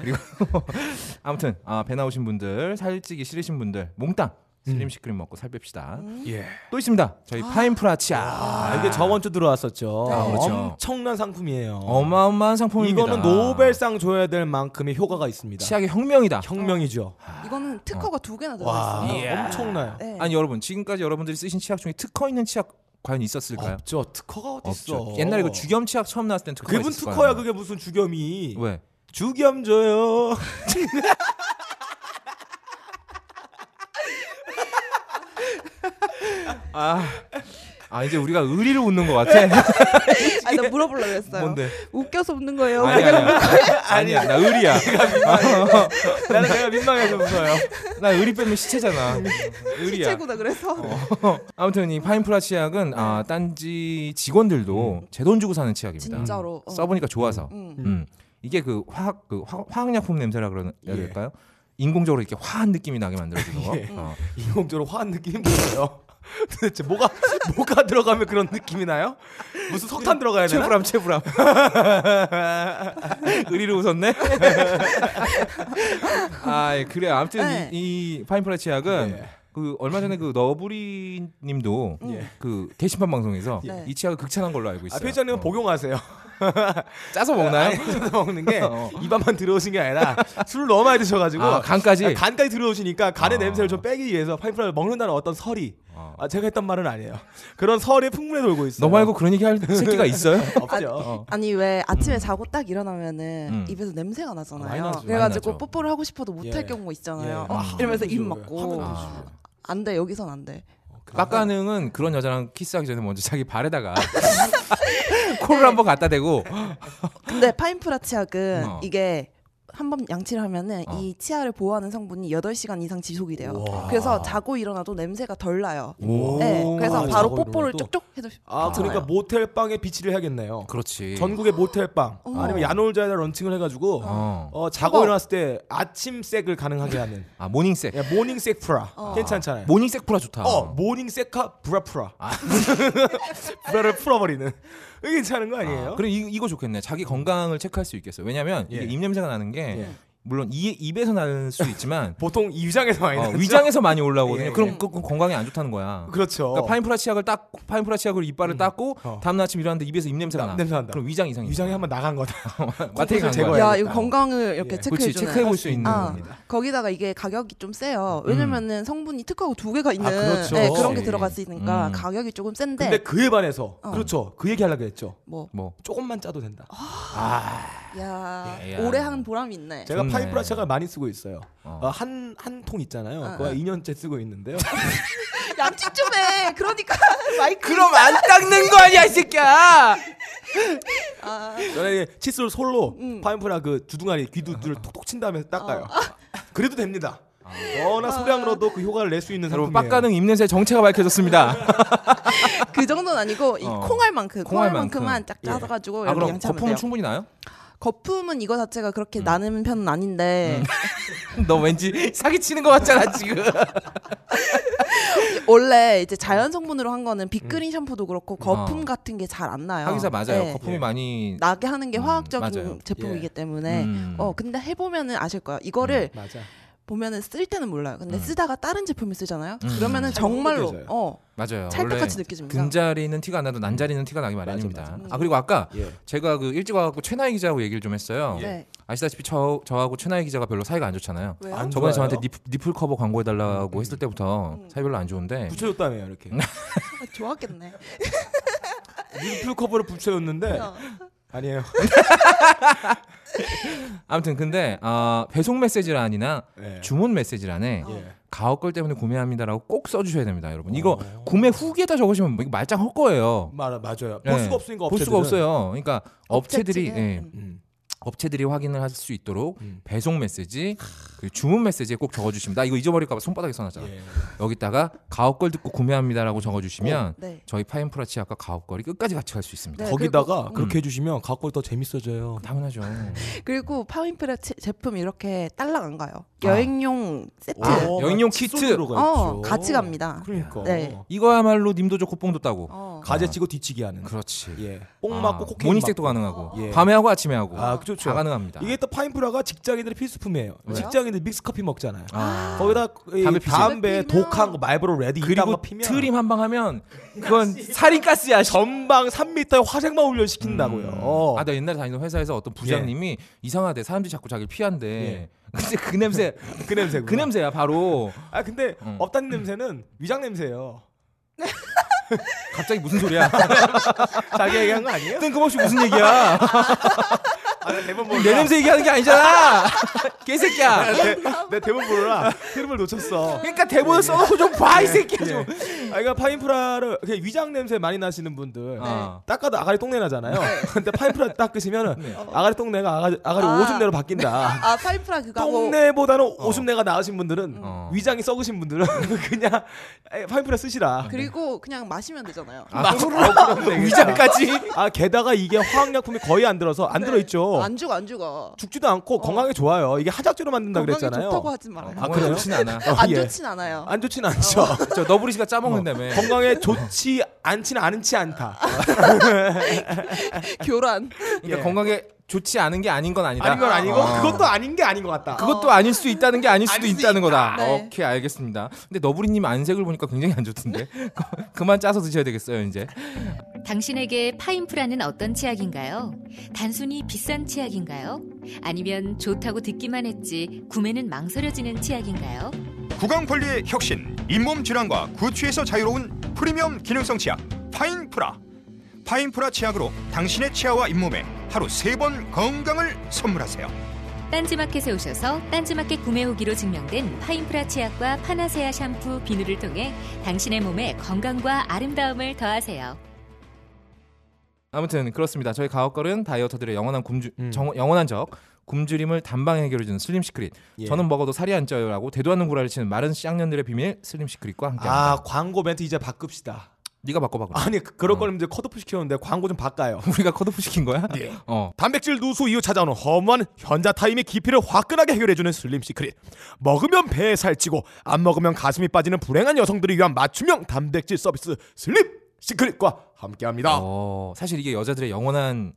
Speaker 1: 아무튼 아, 배 나오신 분들, 살찌기 싫으신 분들 몽땅
Speaker 2: 음.
Speaker 1: 슬림 시크림 먹고 살 뺍시다.
Speaker 2: 예.
Speaker 1: 또 있습니다. 저희 음. 파인프라치아.
Speaker 2: 아, 이게 저번 주 들어왔었죠.
Speaker 1: 아, 그렇죠.
Speaker 2: 엄청난 상품이에요.
Speaker 1: 어마어마한 상품입니다.
Speaker 2: 이거는 노벨상 줘야 될 만큼의 효과가 있습니다.
Speaker 1: 치약의 혁명이다.
Speaker 2: 혁명이죠.
Speaker 3: 이거는 특허가 두 개나
Speaker 2: 와,
Speaker 3: 들어가 있어요.
Speaker 2: 엄청나요.
Speaker 3: 네.
Speaker 1: 아. 예. 아니 여러분, 지금까지 여러분들이 쓰신 치약 중에 특허 있는 치약 과연 있었을까요?
Speaker 2: 없죠. 특허가 어디 있어?
Speaker 1: 옛날에 그 주겸 치약 처음 나왔을 땐 특허
Speaker 2: 그분
Speaker 1: 있었을
Speaker 2: 특허야
Speaker 1: 거야.
Speaker 2: 그게 무슨 주겸이?
Speaker 1: 왜?
Speaker 2: 주겸 줘요.
Speaker 1: 아, 아 이제 우리가 의리로 웃는 것 같아.
Speaker 3: 아니, 나 물어보려고 했어요.
Speaker 1: 뭔데?
Speaker 3: 웃겨서 웃는 거예요.
Speaker 1: 아니 아니야. 아니야. 나 의리야.
Speaker 2: 나는 내가 민망해서 웃어요.
Speaker 1: 나 의리 빼면 시체잖아. 의리야. 어,
Speaker 3: 최고다 그래서.
Speaker 1: 아무튼 이 파인프라 치약은 아, 딴지 직원들도 제 돈 주고 사는 치약입니다.
Speaker 3: 진짜로. 어.
Speaker 1: 써보니까 좋아서.
Speaker 3: 음.
Speaker 1: 음. 이게 그 화학 그 화, 화학약품 냄새라 그러야
Speaker 2: 예.
Speaker 1: 될까요? 인공적으로 이렇게 화한 느낌이 나게 만들어주는 거.
Speaker 2: 예.
Speaker 1: 어.
Speaker 2: 인공적으로 화한 느낌이 뭐예요? 도대체 뭐가 뭐가 들어가면 그런 느낌이 나요? 무슨 석탄 들어가야 되나?
Speaker 1: 체브람 체브람. 의리로 웃었네. 아 예, 그래. 아무튼
Speaker 3: 네.
Speaker 1: 이, 이 파인프라 치약은
Speaker 2: 예.
Speaker 1: 그 얼마 전에 그 너브리님도
Speaker 2: 예.
Speaker 1: 그 게시판 방송에서
Speaker 3: 예.
Speaker 1: 이 치약을 극찬한 걸로 알고 있어요.
Speaker 2: 아, 페이저님은
Speaker 1: 어.
Speaker 2: 복용하세요.
Speaker 1: 짜서 먹나요?
Speaker 2: 아니, 저도 먹는 게
Speaker 1: 어.
Speaker 2: 입안만 들어오신 게 아니라 술을 너무 많이 드셔가지고
Speaker 1: 아, 간까지?
Speaker 2: 간까지 들어오시니까 간의
Speaker 1: 아.
Speaker 2: 냄새를 좀 빼기 위해서 파인프라를 먹는다는 어떤 설이
Speaker 1: 어.
Speaker 2: 아, 제가 했던 말은 아니에요. 그런 설이 풍문에 돌고 있어요.
Speaker 1: 너 말고 그런 얘기 할 새끼가 있어요?
Speaker 2: 없죠.
Speaker 3: 아니 왜 아침에 자고 딱 일어나면은
Speaker 1: 음.
Speaker 3: 입에서 냄새가 나잖아요.
Speaker 1: 많이 나죠.
Speaker 3: 그래가지고
Speaker 1: 많이 나죠.
Speaker 3: 뽀뽀를 하고 싶어도 못할
Speaker 2: 예.
Speaker 3: 경우 있잖아요.
Speaker 2: 예.
Speaker 3: 어,
Speaker 2: 아,
Speaker 3: 이러면서 입
Speaker 2: 그죠.
Speaker 3: 막고
Speaker 2: 하면
Speaker 1: 아.
Speaker 3: 안 돼 여기선 안 돼.
Speaker 1: 빡가능은 그런 여자랑 키스하기 전에 먼저 자기 발에다가 코를 한번 갖다 대고
Speaker 3: 근데 파인프라 치약은
Speaker 1: 아. 어.
Speaker 3: 이게 한 번 양치를 하면은
Speaker 1: 어.
Speaker 3: 이 치아를 보호하는 성분이 8시간 이상 지속이 돼요.
Speaker 2: 우와.
Speaker 3: 그래서 자고 일어나도 냄새가 덜 나요.
Speaker 1: 오.
Speaker 3: 네, 그래서
Speaker 2: 아,
Speaker 3: 바로
Speaker 2: 자고
Speaker 3: 뽀뽀를
Speaker 2: 일어나도?
Speaker 3: 쪽쪽 해도
Speaker 2: 아, 그러니까
Speaker 3: 괜찮아요.
Speaker 2: 모텔 방에 비치를 해야겠네요.
Speaker 1: 그렇지.
Speaker 2: 전국의 모텔 방
Speaker 3: 어.
Speaker 2: 아니면 야놀자에다 런칭을 해가지고
Speaker 3: 아.
Speaker 1: 어.
Speaker 2: 어, 자고
Speaker 3: 커버.
Speaker 2: 일어났을 때 아침 색을 가능하게 하는
Speaker 1: 아 모닝색.
Speaker 2: 예, 모닝 색 프라
Speaker 3: 어.
Speaker 2: 괜찮잖아요.
Speaker 1: 모닝색 아. 프라 좋다.
Speaker 2: 네. 어 모닝 세카 브라 프라 브라를 풀어버리는 이게 괜찮은 거 아니에요?
Speaker 1: 아, 그럼 이, 이거 좋겠네. 자기 건강을 체크할 수 있겠어. 왜냐면 이게
Speaker 2: 예.
Speaker 1: 입 냄새가 나는 게
Speaker 2: 예.
Speaker 1: 물론 이, 입에서 나는 수도 있지만
Speaker 2: 보통 이 위장에서 많이
Speaker 1: 어,
Speaker 2: 나죠.
Speaker 1: 위장에서 많이 올라오거든요.
Speaker 2: 예,
Speaker 1: 그럼
Speaker 2: 예.
Speaker 1: 그, 그 건강에 안 좋다는 거야.
Speaker 2: 그렇죠.
Speaker 1: 그러니까 파인프라 치약을 딱 파인프라 치약으로 이빨을 닦고
Speaker 2: 어.
Speaker 1: 다음 날 아침 일어났는데 입에서 입 냄새가 나.
Speaker 2: 냄새 난다.
Speaker 1: 그럼 위장 이상이.
Speaker 2: 위장에 한번 나간 거다.
Speaker 1: 마태가
Speaker 2: 콩팥을 제거해야
Speaker 3: 야 이거
Speaker 2: 아.
Speaker 3: 건강을 이렇게
Speaker 2: 예.
Speaker 1: 그렇지
Speaker 3: 체크해 주는.
Speaker 1: 체크해 볼 수 있는
Speaker 3: 아,
Speaker 1: 겁니다.
Speaker 3: 거기다가 이게 가격이 좀 세요. 왜냐면은 성분이 특허하고 두 개가 있는
Speaker 2: 아, 그렇죠.
Speaker 3: 네, 그런 게
Speaker 1: 음. 예.
Speaker 3: 들어갈 수 있으니까
Speaker 1: 음.
Speaker 3: 가격이 조금 센데
Speaker 2: 근데 그에 반해서
Speaker 3: 어. 아,
Speaker 2: 그렇죠. 그 얘기 하려고 했죠.
Speaker 3: 뭐
Speaker 1: 뭐
Speaker 2: 조금만 짜도 된다.
Speaker 3: 야,
Speaker 1: 예, 야.
Speaker 3: 오래 한 보람이 있네.
Speaker 2: 제가
Speaker 1: 좋네.
Speaker 2: 파인프라 차가 많이 쓰고 있어요.
Speaker 1: 어.
Speaker 2: 한 한 통 있잖아요.
Speaker 3: 어,
Speaker 2: 그거
Speaker 3: 어.
Speaker 2: 2년째 쓰고 있는데요.
Speaker 3: 양치 좀 해. 그러니까 마이크.
Speaker 1: 그럼 안 닦는 거 아니야, 이 새끼야.
Speaker 3: 아,
Speaker 2: 전에 칫솔 솔로
Speaker 3: 음. 어.
Speaker 2: 파인프라 그 주둥아리 귀두를 톡톡 친 다음에 닦아요. 그래도 됩니다.
Speaker 3: 아.
Speaker 2: 워낙 소량으로도 그 효과를 낼 수 있는
Speaker 1: 아. 여러분
Speaker 2: 상품이에요.
Speaker 1: 빡가능 입냄새 정체가 밝혀졌습니다.
Speaker 3: 그 정도는 아니고 이
Speaker 1: 어. 콩알만큼.
Speaker 3: 콩알만큼 콩알만큼만 쫙 짜서 가지고
Speaker 1: 아
Speaker 3: 이렇게
Speaker 1: 그럼
Speaker 3: 양치하면
Speaker 1: 거품은
Speaker 3: 돼요.
Speaker 1: 충분히 음. 나요?
Speaker 3: 거품은 이거 자체가 그렇게 나는 편은 아닌데
Speaker 1: 음. 너 왠지 사기 치는 것 같잖아 지금.
Speaker 3: 원래 이제 자연 성분으로 한 거는 빅그린 샴푸도 그렇고 거품
Speaker 1: 어.
Speaker 3: 같은 게 잘 안 나요.
Speaker 1: 하기사 맞아요.
Speaker 3: 네.
Speaker 1: 거품이
Speaker 2: 예.
Speaker 1: 많이
Speaker 3: 나게 하는 게
Speaker 1: 음,
Speaker 3: 화학적인
Speaker 1: 맞아요.
Speaker 3: 제품이기
Speaker 2: 예.
Speaker 3: 때문에
Speaker 1: 음.
Speaker 3: 어 근데 해보면은 아실 거야. 이거를
Speaker 2: 맞아.
Speaker 3: 보면은 쓸 때는 몰라요. 근데
Speaker 1: 음.
Speaker 3: 쓰다가 다른 제품을 쓰잖아요.
Speaker 1: 음.
Speaker 3: 그러면은
Speaker 2: 잘
Speaker 3: 정말로
Speaker 2: 느껴져요.
Speaker 3: 어
Speaker 1: 맞아요. 원래
Speaker 3: 찰떡같이 느껴집니다.
Speaker 1: 근자리는 티가 안 나도 난자리는 티가 나기 마련입니다.
Speaker 2: 맞아,
Speaker 3: 맞아.
Speaker 1: 아 그리고 아까
Speaker 2: 예.
Speaker 1: 제가 그 일찍 와갖고 최나희 기자하고 얘기를 좀 했어요.
Speaker 3: 네.
Speaker 1: 아시다시피 저 저하고 최나희 기자가 별로 사이가 안 좋잖아요.
Speaker 3: 왜요?
Speaker 2: 안
Speaker 1: 저번에
Speaker 2: 좋아요?
Speaker 1: 저한테 니플, 니플 커버 광고해 달라고 했을 때부터
Speaker 3: 음, 음.
Speaker 1: 사이 별로 안 좋은데
Speaker 2: 붙여줬다며요 이렇게.
Speaker 1: 네.
Speaker 3: 좋았겠네.
Speaker 2: 리플 커버를 붙여줬는데
Speaker 3: 어.
Speaker 2: 아니에요.
Speaker 1: 아무튼 근데 아, 배송 메시지란이나
Speaker 2: 예.
Speaker 1: 주문 메시지란에
Speaker 2: 예.
Speaker 1: 가옥 걸 때문에 구매합니다라고 꼭 써주셔야 됩니다, 여러분. 이거
Speaker 2: 어.
Speaker 1: 구매 후기에다 적으시면 이거 말짱 헛 거예요.
Speaker 2: 말 맞아요.
Speaker 1: 예.
Speaker 2: 볼 수가 없으니까
Speaker 1: 볼 수가
Speaker 2: 업체들은.
Speaker 1: 없어요. 그러니까 업체들이
Speaker 3: 업체들은,
Speaker 1: 예,
Speaker 3: 음.
Speaker 2: 음.
Speaker 1: 업체들이 확인을 할 수 있도록
Speaker 2: 음.
Speaker 1: 배송 메시지, 그리고 주문 메시지에 꼭 적어주시면 나 이거 잊어버릴까봐 손바닥에 써놨잖아.
Speaker 2: 예.
Speaker 1: 여기다가 가옥 걸 듣고 구매합니다라고 적어주시면
Speaker 3: 네.
Speaker 1: 저희 파인프라치아과 가옥 걸이 끝까지 같이 갈 수 있습니다.
Speaker 3: 네,
Speaker 2: 거기다가
Speaker 3: 그리고-
Speaker 2: 그렇게
Speaker 1: 음.
Speaker 2: 해주시면 갖고 더 재밌어져요.
Speaker 1: 당연하죠.
Speaker 3: 그리고 파인프라 제- 제품 이렇게 딸랑 안 가요.
Speaker 1: 아.
Speaker 3: 여행용 세트.
Speaker 1: 아. 영양
Speaker 2: 칫솔
Speaker 1: 키트.
Speaker 2: 들어가
Speaker 3: 어,
Speaker 2: 있죠.
Speaker 3: 같이 갑니다.
Speaker 2: 그렇죠. 그러니까.
Speaker 3: 네.
Speaker 1: 이거야말로 님도 좋고 뽕도 따고.
Speaker 3: 어.
Speaker 2: 가재 치고 뒤치기 하는.
Speaker 1: 아. 그렇지.
Speaker 2: 예. 뽕
Speaker 1: 아,
Speaker 2: 맞고 코끼리
Speaker 1: 모닝색도 가능하고
Speaker 2: 예.
Speaker 1: 밤에 하고 아침에 하고
Speaker 2: 아, 그렇죠.
Speaker 1: 다 가능합니다.
Speaker 2: 이게 또 파인프라가 직장인들의 필수품이에요.
Speaker 1: 왜요?
Speaker 2: 직장인들 믹스 커피 먹잖아요.
Speaker 1: 아.
Speaker 2: 거기다 이
Speaker 1: 담배 피지.
Speaker 2: 담배
Speaker 3: 담배 피면-
Speaker 2: 독한 거 말보로 레드 이딴 거
Speaker 1: 그리고
Speaker 2: 피면
Speaker 1: 트림 한 방 하면 그건 살인가스야. 씨.
Speaker 2: 전방 3m의 화생만 훈련시킨다고요. 어.
Speaker 1: 아, 나 옛날에 다니던 회사에서 어떤 부장님이 이상하대. 사람들이 자꾸 자기를 피한대.
Speaker 2: 예.
Speaker 1: 근데 그 냄새,
Speaker 2: 그 냄새.
Speaker 1: 그 냄새야, 바로.
Speaker 2: 아 근데
Speaker 1: 음.
Speaker 2: 업단 냄새는 위장 냄새예요.
Speaker 1: 갑자기 무슨 소리야?
Speaker 2: 자기 얘기한 거 아니에요?
Speaker 1: 뜬금없이 무슨 얘기야?
Speaker 2: 아, 나 대본
Speaker 1: 내 냄새 얘기하는 게 아니잖아! 개새끼야!
Speaker 2: 내, 내 대본 몰라. 흐름을 놓쳤어.
Speaker 1: 그러니까
Speaker 2: 예,
Speaker 1: 대본을 써놓고 좀 봐, 이 새끼야, 좀.
Speaker 2: 아, 그러니까 파인프라를 그냥 위장 냄새 많이 나시는 분들
Speaker 1: 아.
Speaker 2: 닦아도 아가리 똥내 나잖아요. 근데 파인프라 닦으시면
Speaker 1: 네.
Speaker 2: 아가리 똥내가 아가리, 아가리
Speaker 3: 아.
Speaker 2: 오줌내로 바뀐다.
Speaker 3: 아 파인프라 그거 하고
Speaker 2: 똥내보다는 오줌내가 나으신 분들은
Speaker 1: 어.
Speaker 2: 위장이 썩으신 분들은 그냥 에, 파인프라 쓰시라.
Speaker 3: 그리고 그냥 마시면 되잖아요.
Speaker 1: 아,
Speaker 2: 예.
Speaker 1: 위장까지.
Speaker 2: 아 게다가 이게 화학약품이 거의 안 들어서 안 들어있죠.
Speaker 3: 안 죽어 안 죽어.
Speaker 2: 죽지도 않고 건강에 좋아요. 이게 하작제로 만든다
Speaker 3: 건강에
Speaker 2: 그랬잖아요.
Speaker 3: 좋다고 하지 말아요.
Speaker 2: 아,
Speaker 1: 아,
Speaker 2: 그래요?
Speaker 1: 그렇진 않아.
Speaker 2: 어,
Speaker 3: 안
Speaker 2: 예.
Speaker 3: 좋진 않아요.
Speaker 2: 안 좋진 않죠.
Speaker 1: 저 너브리 씨가 짜먹는다며.
Speaker 2: 어. 건강에 좋지 않지는 않지 않다.
Speaker 3: 교란.
Speaker 1: 그러니까
Speaker 2: 예.
Speaker 1: 건강에 좋지 않은 게 아닌 건 아니다.
Speaker 2: 아닌 건 아니고
Speaker 1: 어.
Speaker 2: 그것도 아닌 게 아닌 것 같다.
Speaker 1: 그것도 아닐 수 있다는 게 아닐 수도
Speaker 2: 아닐 수
Speaker 1: 있다는 거다.
Speaker 3: 네.
Speaker 1: 오케이 알겠습니다. 근데 너브리님 안색을 보니까 굉장히 안 좋던데 그- 그만 짜서 드셔야 되겠어요 이제.
Speaker 4: 당신에게 파인프라는 어떤 치약인가요? 단순히 비싼 치약인가요? 아니면 좋다고 듣기만 했지 구매는 망설여지는 치약인가요?
Speaker 5: 구강 관리의 혁신, 잇몸 질환과 구취에서 자유로운 프리미엄 기능성 치약 파인프라. 파인프라 치약으로 당신의 치아와 잇몸에 하루 세 번 건강을 선물하세요.
Speaker 4: 딴지마켓에 오셔서 딴지마켓 구매 후기로 증명된 파인프라 치약과 파나세아 샴푸 비누를 통해 당신의 몸에 건강과 아름다움을 더하세요.
Speaker 1: 아무튼 그렇습니다. 저희 가옥걸은 다이어터들의 영원한 굶주
Speaker 2: 음.
Speaker 1: 정- 영원한 적 굶주림을 단방 해결해주는 슬림 시크릿.
Speaker 2: 예.
Speaker 1: 저는 먹어도 살이 안 쪄요라고 대도 않는 구라를 치는 마른 쌍년들의 비밀 슬림 시크릿과 함께합니다.
Speaker 2: 아 광고 멘트 이제 바꿉시다.
Speaker 1: 네가 바꿔봐. 그럼.
Speaker 2: 아니 그- 그럴
Speaker 1: 어.
Speaker 2: 거면 이제 컷오프 시켰는데 광고 좀 바꿔요.
Speaker 1: 우리가 컷오프 시킨 거야?
Speaker 2: 예.
Speaker 1: 어.
Speaker 2: 단백질 누수 이후 찾아오는 허무한 현자 타임의 깊이를 화끈하게 해결해주는 슬림 시크릿. 먹으면 배에 살찌고 안 먹으면 가슴이 빠지는 불행한 여성들을 위한 맞춤형 단백질 서비스 슬림 시크릿과 함께합니다.
Speaker 1: 어, 사실 이게 여자들의 영원한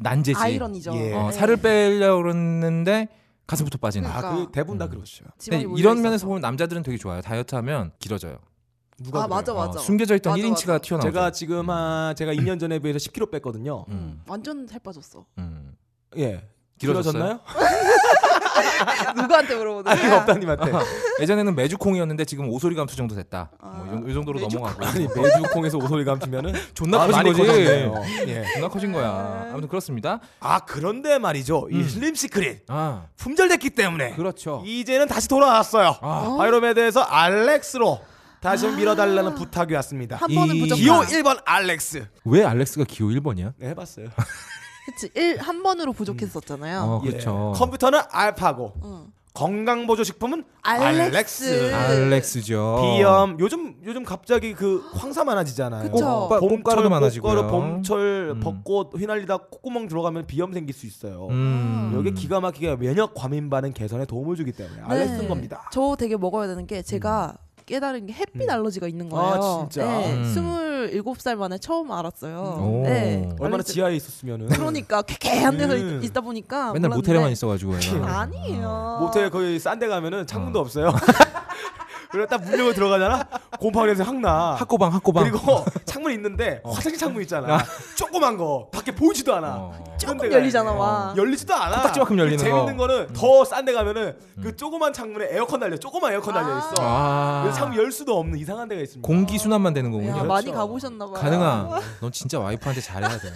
Speaker 1: 난제지.
Speaker 3: 아이러니죠.
Speaker 2: 예.
Speaker 1: 어,
Speaker 3: 네.
Speaker 1: 살을 빼려고 그러는데 가슴부터 빠지는.
Speaker 3: 아,
Speaker 2: 아 그
Speaker 3: 그러니까.
Speaker 2: 대부분 다
Speaker 1: 음.
Speaker 2: 그러시죠.
Speaker 1: 근데
Speaker 3: 지방이
Speaker 1: 이런
Speaker 3: 몰려있어서.
Speaker 1: 면에서 보면 남자들은 되게 좋아요. 다이어트 하면 길어져요.
Speaker 2: 누가
Speaker 3: 아,
Speaker 2: 그래요?
Speaker 3: 맞아,
Speaker 1: 어,
Speaker 3: 맞아.
Speaker 1: 숨겨져 있던
Speaker 3: 맞아,
Speaker 1: 1인치가
Speaker 3: 맞아.
Speaker 1: 튀어나오죠.
Speaker 2: 제가 지금 한 제가 2년 전에 비해서 10kg 뺐거든요.
Speaker 1: 음,
Speaker 3: 완전 살 빠졌어.
Speaker 1: 음.
Speaker 2: 예.
Speaker 1: 길어졌어요?
Speaker 2: 길어졌나요?
Speaker 3: 누구한테 물어보는
Speaker 2: 아니
Speaker 3: 거야?
Speaker 2: 업다님한테.
Speaker 1: 예전에는 매주콩이었는데 지금 오소리 감투 정도 됐다. 뭐 이, 정- 이 정도로
Speaker 3: 아, 매주콩.
Speaker 1: 넘어가고.
Speaker 2: 아니 매주콩에서 오소리 감추면은
Speaker 1: 존나
Speaker 2: 아,
Speaker 1: 커진
Speaker 2: 많이
Speaker 1: 거지.
Speaker 2: 커졌네요. 예.
Speaker 1: 존나 커진
Speaker 3: 네.
Speaker 1: 거야. 아무튼 그렇습니다.
Speaker 2: 아 그런데 말이죠. 이 슬림 시크릿
Speaker 1: 아
Speaker 2: 품절됐기 때문에
Speaker 1: 그렇죠.
Speaker 2: 이제는 다시 돌아왔어요.
Speaker 1: 아.
Speaker 2: 바이로메드에서 알렉스로 다시 좀 밀어달라는 부탁이 왔습니다.
Speaker 3: 한 번은
Speaker 1: 이-
Speaker 3: 부족한.
Speaker 2: 기호 1번 알렉스.
Speaker 1: 왜 알렉스가 기호 1번이야?
Speaker 2: 네, 해봤어요.
Speaker 3: 그치 일 한 번으로 부족했었잖아요.
Speaker 1: 어
Speaker 2: 예.
Speaker 1: 그렇죠.
Speaker 2: 컴퓨터는 알파고.
Speaker 3: 응.
Speaker 2: 건강 보조 식품은 음. 알렉스.
Speaker 3: 알렉스.
Speaker 1: 알렉스죠.
Speaker 2: 비염 요즘 요즘 갑자기 그 황사 많아지잖아요.
Speaker 3: 그쵸. 꽃가-
Speaker 1: 꽃가루도 많아지고요.
Speaker 2: 꽃가루, 봄철
Speaker 1: 음.
Speaker 2: 벚꽃 휘날리다 콧구멍 들어가면 비염 생길 수 있어요.
Speaker 1: 음.
Speaker 2: 여기 기가 막히게 면역 과민 반응 개선에 도움을 주기 때문에 알렉스인
Speaker 3: 네.
Speaker 2: 겁니다.
Speaker 3: 저 되게 먹어야 되는 게 제가 깨달은 게 햇빛
Speaker 2: 음.
Speaker 3: 알러지가 있는 거예요.
Speaker 2: 아, 진짜?
Speaker 3: 네,
Speaker 1: 음.
Speaker 3: 27살 만에 처음 알았어요.
Speaker 1: 오.
Speaker 3: 네.
Speaker 2: 얼마나
Speaker 3: 알렉스-
Speaker 2: 지하에 있었으면은
Speaker 3: 그러니까 쾌쾌한 데서
Speaker 2: 음.
Speaker 3: 있, 다 보니까
Speaker 1: 맨날
Speaker 3: 몰랐는데.
Speaker 1: 모텔에만 있어가지고 얘가.
Speaker 3: 아니에요.
Speaker 2: 모텔 거기 싼 데 가면은 창문도 없어요. 그래서 딱 물려고 들어가잖아. 곰팡이에서 항나.
Speaker 1: 학고방 학고방.
Speaker 2: 그리고 창문 있는데 화장실 창문 있잖아. 조그만 거 밖에 보이지도 않아.
Speaker 1: 어.
Speaker 2: 그런
Speaker 3: 조금
Speaker 2: 데가
Speaker 3: 열리잖아,
Speaker 2: 있네.
Speaker 3: 와.
Speaker 2: 열리지도 않아.
Speaker 1: 코딱지만큼 열리는
Speaker 2: 그 재밌는
Speaker 1: 거. 음.
Speaker 2: 거는 더 싼 데 가면은 그 조그만 창문에 에어컨 달려. 조그만 에어컨 달려 있어.
Speaker 1: 아.
Speaker 2: 그래서 창문 열 수도 없는 이상한 데가 있습니다.
Speaker 1: 공기 순환만 되는 거군요.
Speaker 3: 야,
Speaker 2: 그렇죠.
Speaker 3: 많이 가보셨나 봐요.
Speaker 1: 가능아, 넌 진짜 와이프한테 잘해야 돼.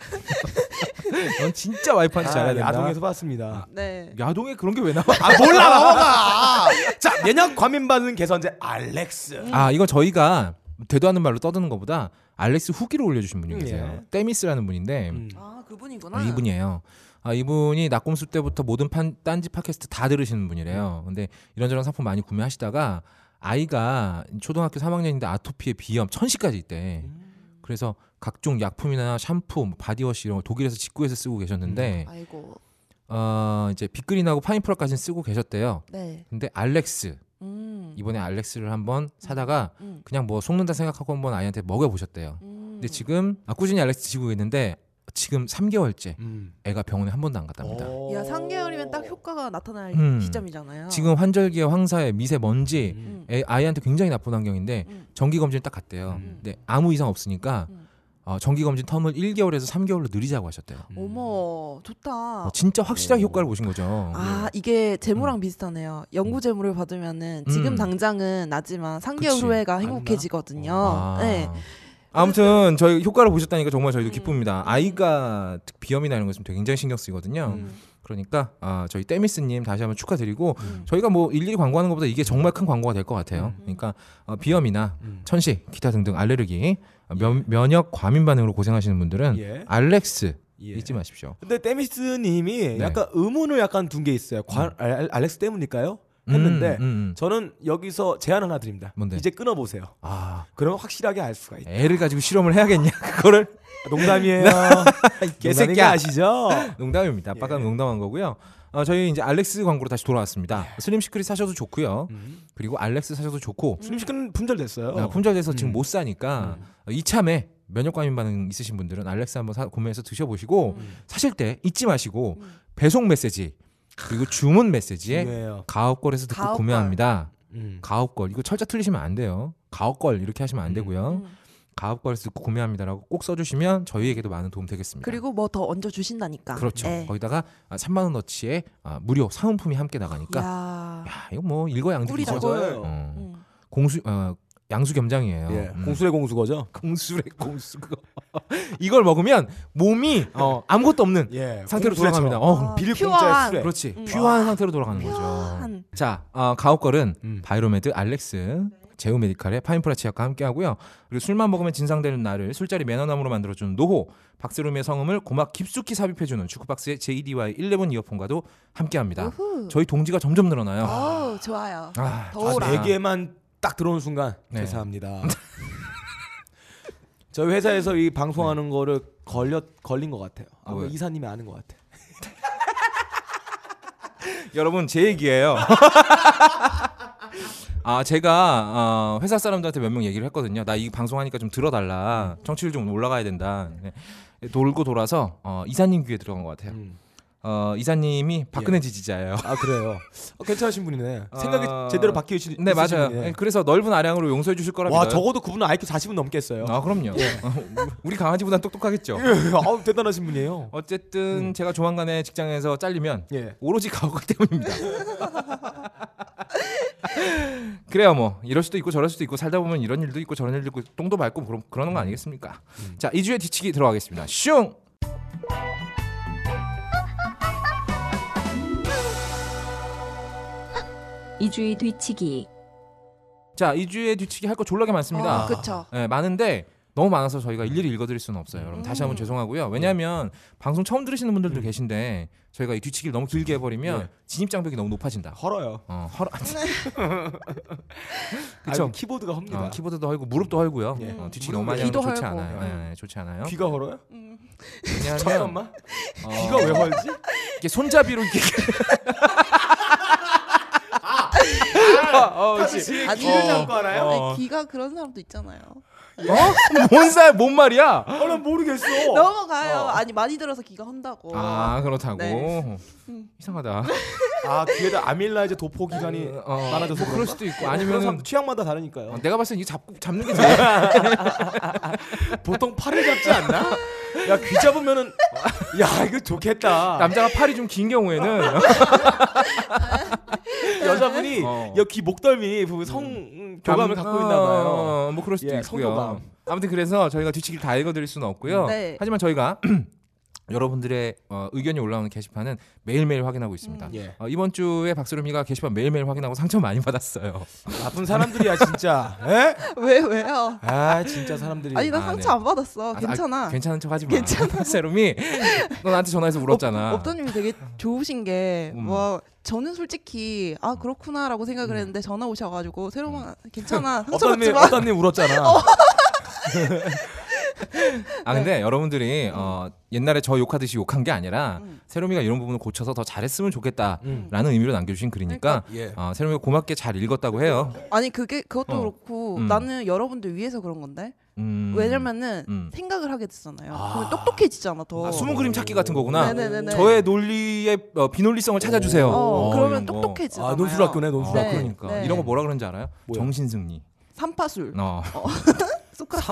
Speaker 1: 넌 진짜 와이프한테 아, 잘해야 된다. 아.
Speaker 2: 야동에서 봤습니다.
Speaker 3: 네.
Speaker 1: 야동에 그런 게 왜 나와?
Speaker 2: 아 몰라 넘어가. 자 면역 과민 반응 개선제 알렉스.
Speaker 1: 아 이건 저희가 되도 않는 말로 떠드는 것보다 알렉스 후기를 올려주신 분이
Speaker 2: 음,
Speaker 1: 계세요.
Speaker 2: 예.
Speaker 1: 데미스라는 분인데
Speaker 2: 음.
Speaker 3: 아 그분이구나.
Speaker 1: 아, 이분이에요. 아 이분이 낙곰수 때부터 모든 판, 딴지 팟캐스트 다 들으시는 분이래요. 근데 이런저런 상품 많이 구매하시다가 아이가 초등학교 3학년인데 아토피에 비염 천시까지 있대. 그래서 각종 약품이나 샴푸, 뭐 바디워시 이런 걸 독일에서 직구해서 쓰고 계셨는데
Speaker 3: 아이고.
Speaker 1: 어, 이제 빅그린하고 파인프라까지는 쓰고 계셨대요.
Speaker 3: 네.
Speaker 1: 근데 알렉스
Speaker 3: 음.
Speaker 1: 이번에 알렉스를 한번 사다가
Speaker 3: 음.
Speaker 1: 그냥 뭐 속는다 생각하고 한번 아이한테 먹여보셨대요.
Speaker 3: 음.
Speaker 1: 근데 지금 아, 꾸준히 알렉스 지고 있는데 지금 3개월째
Speaker 2: 음.
Speaker 1: 애가 병원에 한 번도 안 갔답니다.
Speaker 2: 오.
Speaker 3: 야 3개월이면
Speaker 2: 어.
Speaker 3: 딱 효과가 나타날
Speaker 1: 음.
Speaker 3: 시점이잖아요.
Speaker 1: 지금 환절기에 황사에 미세먼지
Speaker 2: 음.
Speaker 3: 음.
Speaker 1: 애, 아이한테 굉장히 나쁜 환경인데
Speaker 3: 음.
Speaker 1: 정기 검진 딱 갔대요.
Speaker 2: 음.
Speaker 1: 근데 아무 이상 없으니까
Speaker 3: 음.
Speaker 1: 어, 정기 검진 텀을 1개월에서 3개월로 늘리자고 하셨대요.
Speaker 3: 어머 좋다.
Speaker 1: 어, 진짜 확실하게
Speaker 2: 오.
Speaker 1: 효과를 보신 거죠.
Speaker 3: 아 이게 재물랑 비슷하네요. 연구 재물을 받으면은 지금
Speaker 1: 음.
Speaker 3: 당장은 나지만 3개월
Speaker 1: 그치.
Speaker 3: 후에가 행복해지거든요.
Speaker 1: 아.
Speaker 3: 네.
Speaker 1: 아무튼 저희 효과를 보셨다니까 정말 저희도
Speaker 3: 음.
Speaker 1: 기쁩니다. 아이가 특- 비염이나 이런 것좀 굉장히 신경 쓰이거든요.
Speaker 3: 음.
Speaker 1: 그러니까 아, 저희 데미스님 다시 한번 축하드리고
Speaker 3: 음.
Speaker 1: 저희가 뭐 일일이 광고하는 것보다 이게 정말 큰 광고가 될 것 같아요. 그러니까 어, 비염이나
Speaker 2: 음.
Speaker 1: 천식, 기타 등등 알레르기, 어, 면, 면역 과민 반응으로 고생하시는 분들은
Speaker 2: 예.
Speaker 1: 알렉스
Speaker 2: 예.
Speaker 1: 잊지 마십시오.
Speaker 2: 근데 데미스님이
Speaker 1: 네.
Speaker 2: 약간 의문을 약간 둔 게 있어요. 관, 알, 알렉스 때문일까요?
Speaker 1: 음,
Speaker 2: 했는데
Speaker 1: 음, 음.
Speaker 2: 저는 여기서 제안 하나 드립니다.
Speaker 1: 뭔데? 네.
Speaker 2: 이제 끊어보세요.
Speaker 1: 아
Speaker 2: 그러면 확실하게 알 수가 있다.
Speaker 1: 애를 가지고 실험을 해야겠냐 그거를
Speaker 2: 농담이에요.
Speaker 1: 개새끼야.
Speaker 2: 개새끼 아시죠?
Speaker 1: 농담입니다. 아까
Speaker 3: 예.
Speaker 1: 는 농담한 거고요. 어, 저희 이제 알렉스 광고로 다시 돌아왔습니다.
Speaker 3: 예.
Speaker 1: 슬림 시크릿 사셔도 좋고요.
Speaker 3: 음.
Speaker 1: 그리고 알렉스 사셔도 좋고
Speaker 2: 숨쉬기는 분절됐어요.
Speaker 1: 아, 품절돼서
Speaker 3: 음.
Speaker 1: 지금 못 사니까 어, 이참에 면역 과민 반응 있으신 분들은 알렉스 한번 사- 구매해서 드셔보시고
Speaker 3: 음.
Speaker 1: 사실 때 잊지 마시고 배송 메시지 그리고 주문 메시지에
Speaker 2: 중요해요.
Speaker 1: 가업걸에서 듣고
Speaker 3: 네. 가업걸.
Speaker 1: 구매합니다.
Speaker 2: 예. 음.
Speaker 1: 가업걸 이거 철자 틀리시면 안 돼요. 가업걸 이렇게 하시면 안 되고요.
Speaker 3: 음.
Speaker 1: 가업걸에서 듣고 구매합니다라고 꼭 써주시면 저희에게도 많은 도움 되겠습니다.
Speaker 3: 그리고 뭐 더 얹어 주신다니까. 네.
Speaker 1: 그렇죠. 거기다가 아, 3만 원어치의 아, 무료 사은품이 함께 나가니까
Speaker 3: 야.
Speaker 1: 야, 이거 뭐 일거양득이죠.
Speaker 3: 꿀이다, 꿀.
Speaker 2: 맞아요.
Speaker 1: 어,
Speaker 3: 음.
Speaker 1: 공수 어, 양수겸장이에요.
Speaker 2: 예.
Speaker 1: 음.
Speaker 2: 공수의 공수거죠.
Speaker 1: 공수래 공수 그거 이걸 먹으면 몸이 어, 아무것도 없는
Speaker 2: 예.
Speaker 1: 상태로
Speaker 2: 공수레죠.
Speaker 1: 돌아갑니다. 어,
Speaker 3: 아,
Speaker 2: 비릴 공짜의
Speaker 3: 퓨어한.
Speaker 2: 수레.
Speaker 1: 그렇지
Speaker 3: 음.
Speaker 1: 퓨어한 상태로 돌아가는 거죠.
Speaker 3: 퓨어한.
Speaker 1: 자 어, 가옥걸은
Speaker 2: 음.
Speaker 1: 바이로메드, 알렉스,
Speaker 3: 네.
Speaker 1: 제우메디칼의 파인프라 치약과 함께하고요. 그리고 술만 먹으면 진상되는 나를 술자리 매너남으로 만들어주는 노호 박세롬의 성음을 고막 깊숙이 삽입해주는 주크박스의 JDY 11 이어폰과도 함께합니다.
Speaker 3: 우후.
Speaker 1: 저희 동지가 점점 늘어나요.
Speaker 3: 어우 좋아요.
Speaker 1: 아,
Speaker 3: 더워라.
Speaker 2: 아, 네 개만 딱 들어온 순간
Speaker 1: 네.
Speaker 2: 죄송합니다. 저희 회사에서 이 방송하는 거를 걸려 걸린 것 같아요. 아마
Speaker 1: 왜?
Speaker 2: 이사님이 아는 것 같아.
Speaker 1: 여러분 제 얘기예요. 아 제가 어, 회사 사람들한테 몇 명 얘기를 했거든요. 나 이 방송하니까 좀 들어달라. 청취율 좀 올라가야 된다. 네. 돌고 돌아서 어, 이사님 귀에 들어간 것 같아요. 어, 이사님이 박근혜 지지자예요.
Speaker 2: 아 그래요. 어, 괜찮으신 분이네. 생각이
Speaker 1: 아,
Speaker 2: 제대로 바뀌신
Speaker 1: 네
Speaker 2: 있으신
Speaker 1: 맞아요.
Speaker 2: 분이네.
Speaker 1: 예, 그래서 넓은 아량으로 용서해 주실 거라
Speaker 2: 와
Speaker 1: 믿어요.
Speaker 2: 적어도 그분은 IQ 40은 넘겠어요. 예,
Speaker 1: 아 그럼요. 우리 강아지보다 똑똑하겠죠.
Speaker 2: 아우 대단하신 분이에요.
Speaker 1: 어쨌든 제가 조만간에 직장에서 잘리면
Speaker 2: 예.
Speaker 1: 오로지 가오기 때문입니다. 그래요, 뭐 이럴 수도 있고 저럴 수도 있고 살다 보면 이런 일도 있고 저런 일도 있고 똥도 밟고 그런 그러는 거 아니겠습니까? 자, 2 주의 뒤치기 들어가겠습니다. 슝.
Speaker 4: 이주의 뒤치기
Speaker 1: 자, 2 주의 뒤치기 할 거 졸라게 많습니다.
Speaker 3: 어, 그쵸.
Speaker 1: 예, 많은데 너무 많아서 저희가 일일이 읽어드릴 수는 없어요. 여러분 다시 한번 죄송하고요. 왜냐하면 방송 처음 들으시는 분들도 계신데 저희가 이 뒤치기를 너무 길게 해버리면
Speaker 2: 예.
Speaker 1: 진입 장벽이 너무 높아진다.
Speaker 2: 헐어요.
Speaker 1: 어, 허...
Speaker 2: 그쵸.
Speaker 1: 그쵸?
Speaker 2: 아, 키보드가 헙니다.
Speaker 1: 어, 키보드도 헐고 무릎도 헐고요.
Speaker 2: 예.
Speaker 1: 어, 뒤치기 너무
Speaker 3: 무릎
Speaker 1: 많이 하면
Speaker 3: 귀도
Speaker 1: 좋지
Speaker 3: 헐고.
Speaker 1: 않아요. 예, 예, 좋지 않아요.
Speaker 2: 귀가 헐어요?
Speaker 1: 왜냐하면,
Speaker 2: 잠깐만.
Speaker 1: 어,
Speaker 2: 귀가 왜 헐지?
Speaker 1: 이렇게 손잡이로 이렇게
Speaker 2: 어, 혹시
Speaker 3: 아니,
Speaker 2: 귀를
Speaker 3: 어.
Speaker 2: 잡고 하나요?
Speaker 3: 아니, 귀가 그런 사람도 있잖아요.
Speaker 1: 어? 뭔 사? 뭔 말이야?
Speaker 2: 아, 난 모르겠어.
Speaker 3: 넘어가요.
Speaker 2: 어.
Speaker 3: 아니 많이 들어서 귀가 헌다고.
Speaker 1: 아 그렇다고 음.
Speaker 3: 네.
Speaker 1: 이상하다.
Speaker 2: 아, 귀에다 아밀라이즈 도포 기간이
Speaker 1: 어,
Speaker 2: 많아져서
Speaker 1: 뭐 그럴
Speaker 2: 그런가?
Speaker 1: 수도 있고
Speaker 2: 그런
Speaker 1: 아니면
Speaker 2: 사람 취향마다 다르니까요.
Speaker 1: 내가 봤을 때 이거 잡고 잡는 게 제일
Speaker 2: 보통 팔을 잡지 않나? 야 귀 잡으면은 야 이거 좋겠다.
Speaker 1: 남자가 팔이 좀 긴 경우에는
Speaker 2: 여자분이
Speaker 1: 어. 음.
Speaker 2: 여기 목덜미 부분 성 음, 교감을
Speaker 1: 남- 아.
Speaker 2: 갖고 있나 봐요.
Speaker 1: 어, 뭐 그럴 수도
Speaker 2: 예,
Speaker 1: 있고요.
Speaker 2: 성교감.
Speaker 1: 아무튼 그래서 저희가 뒤치기를 다 읽어드릴 수는 없고요.
Speaker 3: 네.
Speaker 1: 하지만 저희가 여러분들의 어, 의견이 올라오는 게시판은 매일매일 확인하고 있습니다.
Speaker 2: 음. 예.
Speaker 1: 어, 이번 주에 박수름이가 게시판 매일매일 확인하고 상처 많이 받았어요.
Speaker 2: 나쁜 사람들이야 진짜. 에?
Speaker 3: 왜 왜요?
Speaker 2: 아 진짜 사람들이.
Speaker 3: 아니 나
Speaker 1: 아,
Speaker 3: 상처
Speaker 1: 네.
Speaker 3: 안 받았어.
Speaker 1: 아,
Speaker 3: 괜찮아.
Speaker 1: 아, 괜찮은 척 하지 마. 괜찮아. 세롬이 너 나한테 전화해서 울었잖아.
Speaker 3: 업도님이 되게 좋으신 게
Speaker 1: 음.
Speaker 3: 뭐 저는 솔직히 아 그렇구나라고 생각을 했는데 전화 오셔가지고
Speaker 1: 음.
Speaker 3: 새로만 괜찮아 상처받지
Speaker 2: 어떤님
Speaker 3: 마.
Speaker 2: 어떤님 울었잖아.
Speaker 1: 아 근데
Speaker 3: 네.
Speaker 1: 여러분들이 어, 옛날에 저 욕하듯이 욕한 게 아니라
Speaker 3: 음.
Speaker 1: 세롬이가 이런 부분을 고쳐서 더 잘했으면 좋겠다라는
Speaker 2: 음.
Speaker 1: 의미로 남겨주신 글이니까
Speaker 3: 그러니까.
Speaker 2: 예.
Speaker 1: 어, 세롬이가 고맙게 잘 읽었다고 해요.
Speaker 3: 아니 그게 그것도
Speaker 1: 어.
Speaker 3: 그렇고
Speaker 1: 음.
Speaker 3: 나는 여러분들 위해서 그런 건데
Speaker 1: 음.
Speaker 3: 왜냐면은
Speaker 1: 음.
Speaker 3: 생각을 하게 되잖아요.
Speaker 2: 아.
Speaker 3: 그러면 똑똑해지잖아 더.
Speaker 1: 아, 숨은 그림 찾기 같은 거구나.
Speaker 3: 네네네네.
Speaker 1: 저의 논리의 어, 비논리성을 찾아주세요.
Speaker 3: 어, 그러면
Speaker 1: 이런 거.
Speaker 3: 똑똑해지잖아요.
Speaker 2: 아 논술학교네
Speaker 1: 어,
Speaker 2: 논술학교.
Speaker 3: 네.
Speaker 1: 그러니까
Speaker 3: 네.
Speaker 1: 이런 거 뭐라 그러는지 알아요?
Speaker 2: 뭐야?
Speaker 1: 정신승리.
Speaker 3: 삼파술.
Speaker 1: 어,
Speaker 3: 소크라테스.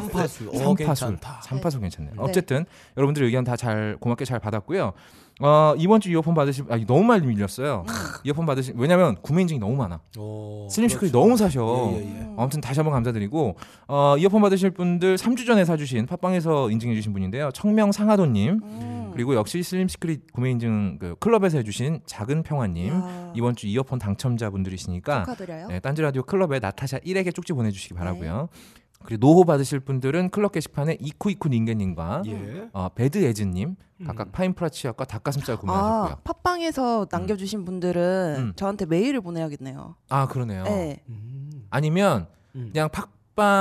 Speaker 2: 삼파수. 어,
Speaker 1: 삼파술.
Speaker 2: 괜찮다.
Speaker 1: 삼파술 괜찮네요.
Speaker 3: 네.
Speaker 1: 어쨌든 여러분들 의견 다 잘 고맙게 잘 받았고요. 어, 이번 주 이어폰 받으신 아, 너무 많이 밀렸어요.
Speaker 3: 음.
Speaker 1: 이어폰 받으신 왜냐면 구매 인증이 너무 많아.
Speaker 2: 오,
Speaker 1: 슬림 슈크이
Speaker 2: 어, 그렇죠.
Speaker 1: 너무 사셔. 어,
Speaker 2: 예, 예, 예.
Speaker 1: 아무튼 다시 한번 감사드리고 어, 이어폰 받으실 분들 3주 전에 사주신 팟빵에서 인증해주신 분인데요. 청명 상하도님
Speaker 3: 음.
Speaker 1: 그리고 역시 슬림 시크릿 구매 인증 그 클럽에서 해주신 작은 평화님
Speaker 3: 아,
Speaker 1: 이번 주 이어폰 당첨자분들이시니까
Speaker 3: 축하드려요.
Speaker 1: 네, 딴지 라디오 클럽에 나타샤 1에게 쪽지 보내주시기 바라고요.
Speaker 3: 네.
Speaker 1: 그리고 노호 받으실 분들은 클럽 게시판에 이쿠이쿠 닌게님과
Speaker 2: 예.
Speaker 1: 어, 베드 에즈님
Speaker 2: 음.
Speaker 1: 각각 파인프라 치약과 닭가슴살
Speaker 3: 아,
Speaker 1: 구매하셨고요.
Speaker 3: 팟빵에서 남겨주신 분들은
Speaker 1: 음.
Speaker 3: 저한테 메일을 보내야겠네요.
Speaker 1: 아 그러네요.
Speaker 3: 네.
Speaker 2: 음.
Speaker 1: 아니면
Speaker 2: 음.
Speaker 1: 그냥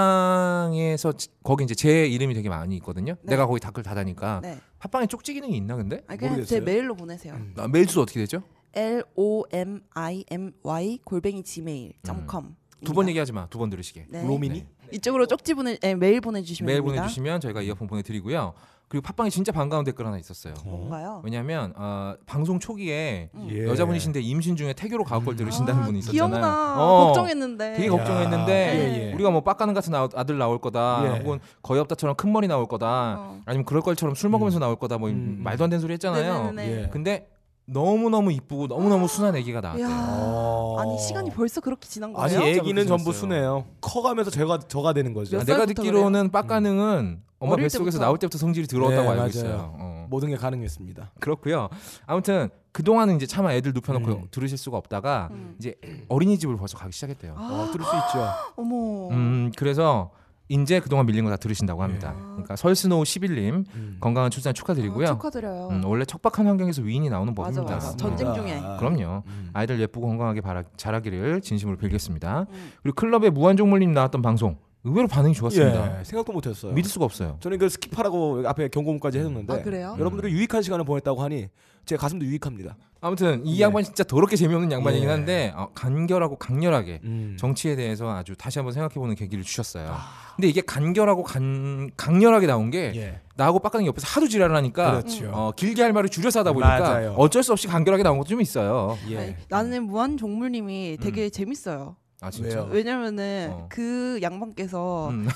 Speaker 1: 팟빵에서 지- 거기 이제 제 이름이 되게 많이 있거든요.
Speaker 3: 네.
Speaker 1: 내가 거기 댓글 닫아니까
Speaker 3: 네.
Speaker 1: 팟빵에 쪽지 기능이 있나 근데?
Speaker 3: 아, 그냥
Speaker 2: 모르겠어요.
Speaker 3: 제 메일로 보내세요.
Speaker 1: 아, 메일 주소 어떻게 되죠?
Speaker 3: L O M I M Y 골뱅이 gmail.com
Speaker 1: 음. 두 번 얘기하지 마. 두 번 들으시게.
Speaker 3: 네.
Speaker 2: 로미니?
Speaker 3: 이쪽으로 쪽지 보내 네, 메일 보내주시면
Speaker 1: 메일
Speaker 3: 됩니다.
Speaker 1: 보내주시면 저희가 이어폰 보내드리고요. 그리고 팟빵에 진짜 반가운 댓글 하나 있었어요.
Speaker 3: 뭔가요?
Speaker 1: 왜냐하면 어, 방송 초기에
Speaker 3: 네.
Speaker 2: 예. 음.
Speaker 1: 여자분이신데 임신 중에 태교로 가옥걸 들으신다는
Speaker 3: 아,
Speaker 1: 분이 있었잖아요.
Speaker 3: 기억나.
Speaker 1: 어,
Speaker 3: 걱정했는데.
Speaker 1: 되게 걱정했는데
Speaker 2: 야. 예, 예.
Speaker 1: 우리가 뭐 빡가는 같은 아우- 아들 나올 거다,
Speaker 2: 예.
Speaker 1: 혹은 거의 없다처럼 큰 머리 나올 거다,
Speaker 3: 어.
Speaker 1: 아니면 그럴 걸처럼 술 먹으면서 나올 거다, 뭐
Speaker 2: 음.
Speaker 1: 말도 안 되는 소리 했잖아요.
Speaker 3: 네네네.
Speaker 2: 예.
Speaker 1: 근데 너무 너무 이쁘고 너무 너무 순한 애기가
Speaker 3: 이야.
Speaker 1: 나왔대요. 어.
Speaker 3: 아니 시간이 벌써 그렇게 지난
Speaker 2: 아니
Speaker 3: 거예요?
Speaker 1: 진짜 그렇게
Speaker 2: 애기는 전부
Speaker 1: 생겼어요.
Speaker 2: 순해요. 커가면서 제가 저가 되는 거죠. 아,
Speaker 3: 몇
Speaker 1: 내가
Speaker 3: 살부터
Speaker 1: 듣기로는 빡가능은 엄마
Speaker 3: 어릴
Speaker 1: 뱃속에서
Speaker 3: 때부터.
Speaker 1: 나올 때부터 성질이 들어왔다고
Speaker 2: 음. 네,
Speaker 1: 알고
Speaker 2: 맞아요.
Speaker 1: 있어요. 어.
Speaker 2: 모든 게 가능했습니다.
Speaker 1: 그렇고요. 아무튼 그 동안은 이제 차마 애들 눕혀놓고
Speaker 2: 음.
Speaker 1: 들으실 수가 없다가
Speaker 3: 음.
Speaker 1: 이제 어린이집을 벌써 가기 시작했대요.
Speaker 3: 아.
Speaker 2: 어, 들을 수 있죠.
Speaker 3: 어머.
Speaker 1: 음 그래서 이제 그동안 밀린 거 다 들으신다고 합니다. 그러니까 설스노우 11님
Speaker 2: 음.
Speaker 1: 건강한 출산 축하드리고요.
Speaker 3: 예. 아, 축하드려요.
Speaker 1: 음, 원래 척박한 환경에서 위인이 나오는
Speaker 3: 맞아
Speaker 1: 법입니다.
Speaker 3: 맞아.
Speaker 1: 음.
Speaker 3: 전쟁 중에.
Speaker 1: 그럼요.
Speaker 2: 음.
Speaker 1: 아이들 예쁘고 건강하게 바라- 자라기를 진심으로 빌겠습니다.
Speaker 3: 음.
Speaker 1: 그리고 클럽의 무한종물님 나왔던 방송 의외로 반응이 좋았습니다.
Speaker 2: 예, 생각도 못했어요.
Speaker 1: 믿을 수가 음. 없어요.
Speaker 2: 저는 그 스킵하라고 앞에 경고문까지 해줬는데
Speaker 3: 아, 그래요?
Speaker 2: 여러분들이
Speaker 1: 음.
Speaker 2: 유익한 시간을 보냈다고 하니 제 가슴도 유익합니다.
Speaker 1: 아무튼 이
Speaker 2: 예.
Speaker 1: 양반 진짜 더럽게 재미없는 양반이긴
Speaker 2: 예.
Speaker 1: 한데 어, 간결하고 강렬하게
Speaker 2: 음. 아.
Speaker 1: 정치에 대해서 아주 다시 한번 생각해보는 계기를 주셨어요. 근데 이게 간결하고 간, 강렬하게 나온 게
Speaker 2: 예.
Speaker 1: 나하고 빡가는 옆에서 하도 지랄을 하니까
Speaker 2: 그렇죠.
Speaker 1: 어, 길게 할 말을 줄여서 하다 보니까
Speaker 2: 맞아요.
Speaker 1: 어쩔 수 없이 간결하게 나온 것도 좀 있어요.
Speaker 3: 아니,
Speaker 2: 예.
Speaker 3: 나는 무한 종물님이 되게 재밌어요.
Speaker 1: 아 진짜.
Speaker 2: 왜요?
Speaker 3: 왜냐면은
Speaker 1: 음. 어.
Speaker 3: 그 양반께서
Speaker 1: 음,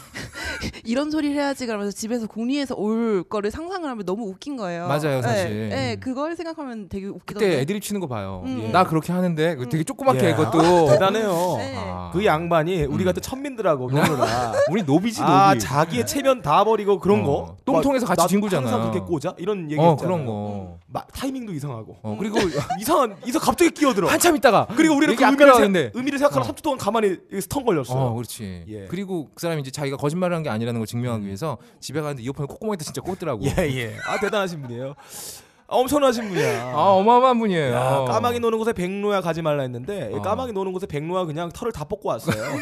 Speaker 3: 이런 소리를 해야지 그러면서 집에서 공리에서 올 거를 상상을 하면 너무 웃긴 거예요.
Speaker 1: 맞아요,
Speaker 3: 예,
Speaker 1: 사실.
Speaker 3: 예, 그걸 생각하면 되게
Speaker 1: 그때
Speaker 3: 웃기던데.
Speaker 1: 애들이 치는 거 봐요.
Speaker 3: 음.
Speaker 2: 예.
Speaker 1: 나 그렇게 하는데 그 되게 조그맣게
Speaker 2: 예.
Speaker 1: 그것도
Speaker 2: 대단해요.
Speaker 3: 네.
Speaker 1: 아,
Speaker 2: 그 양반이 우리 같은 천민들하고 그러느라
Speaker 1: 음. 우리 노비지 노비. 네.
Speaker 2: 아 자기의 체면 다 버리고 그런
Speaker 1: 어.
Speaker 2: 거
Speaker 1: 똥통에서 같이
Speaker 2: 나도
Speaker 1: 뒹굴잖아.
Speaker 2: 항상 그렇게 꽂아 이런 얘기
Speaker 1: 어
Speaker 2: 있잖아요. 음.
Speaker 1: 그런 거.
Speaker 2: 마- 타이밍도 이상하고
Speaker 1: 어 그리고
Speaker 2: 이상한 이상 갑자기 끼어들어.
Speaker 1: 한참 있다가
Speaker 2: 그리고 우리는
Speaker 1: 얘기
Speaker 2: 그
Speaker 1: 안
Speaker 2: 의미를,
Speaker 1: 따라가는데.
Speaker 2: 생- 의미를 생각하면
Speaker 1: 어.
Speaker 2: 3초 동안 가만히 스턴 걸렸어.
Speaker 1: 어, 그렇지.
Speaker 2: 예. 음.
Speaker 1: 그리고 그 사람이 이제 자기가 거짓말을 한 게 아니라는 걸 증명하기 위해서 집에 가는데 이어폰을 콧구멍에다 진짜 꽂더라고.
Speaker 2: 예 예. 아 대단하신 분이에요. 아, 엄청나신 분이야.
Speaker 1: 아, 어마어마한 분이에요.
Speaker 2: 야, 까마귀 노는 곳에 백로야 가지 말라 했는데
Speaker 1: 어.
Speaker 2: 까마귀 노는 곳에 백로야 그냥 털을 다 뽑고 왔어요.
Speaker 1: 네,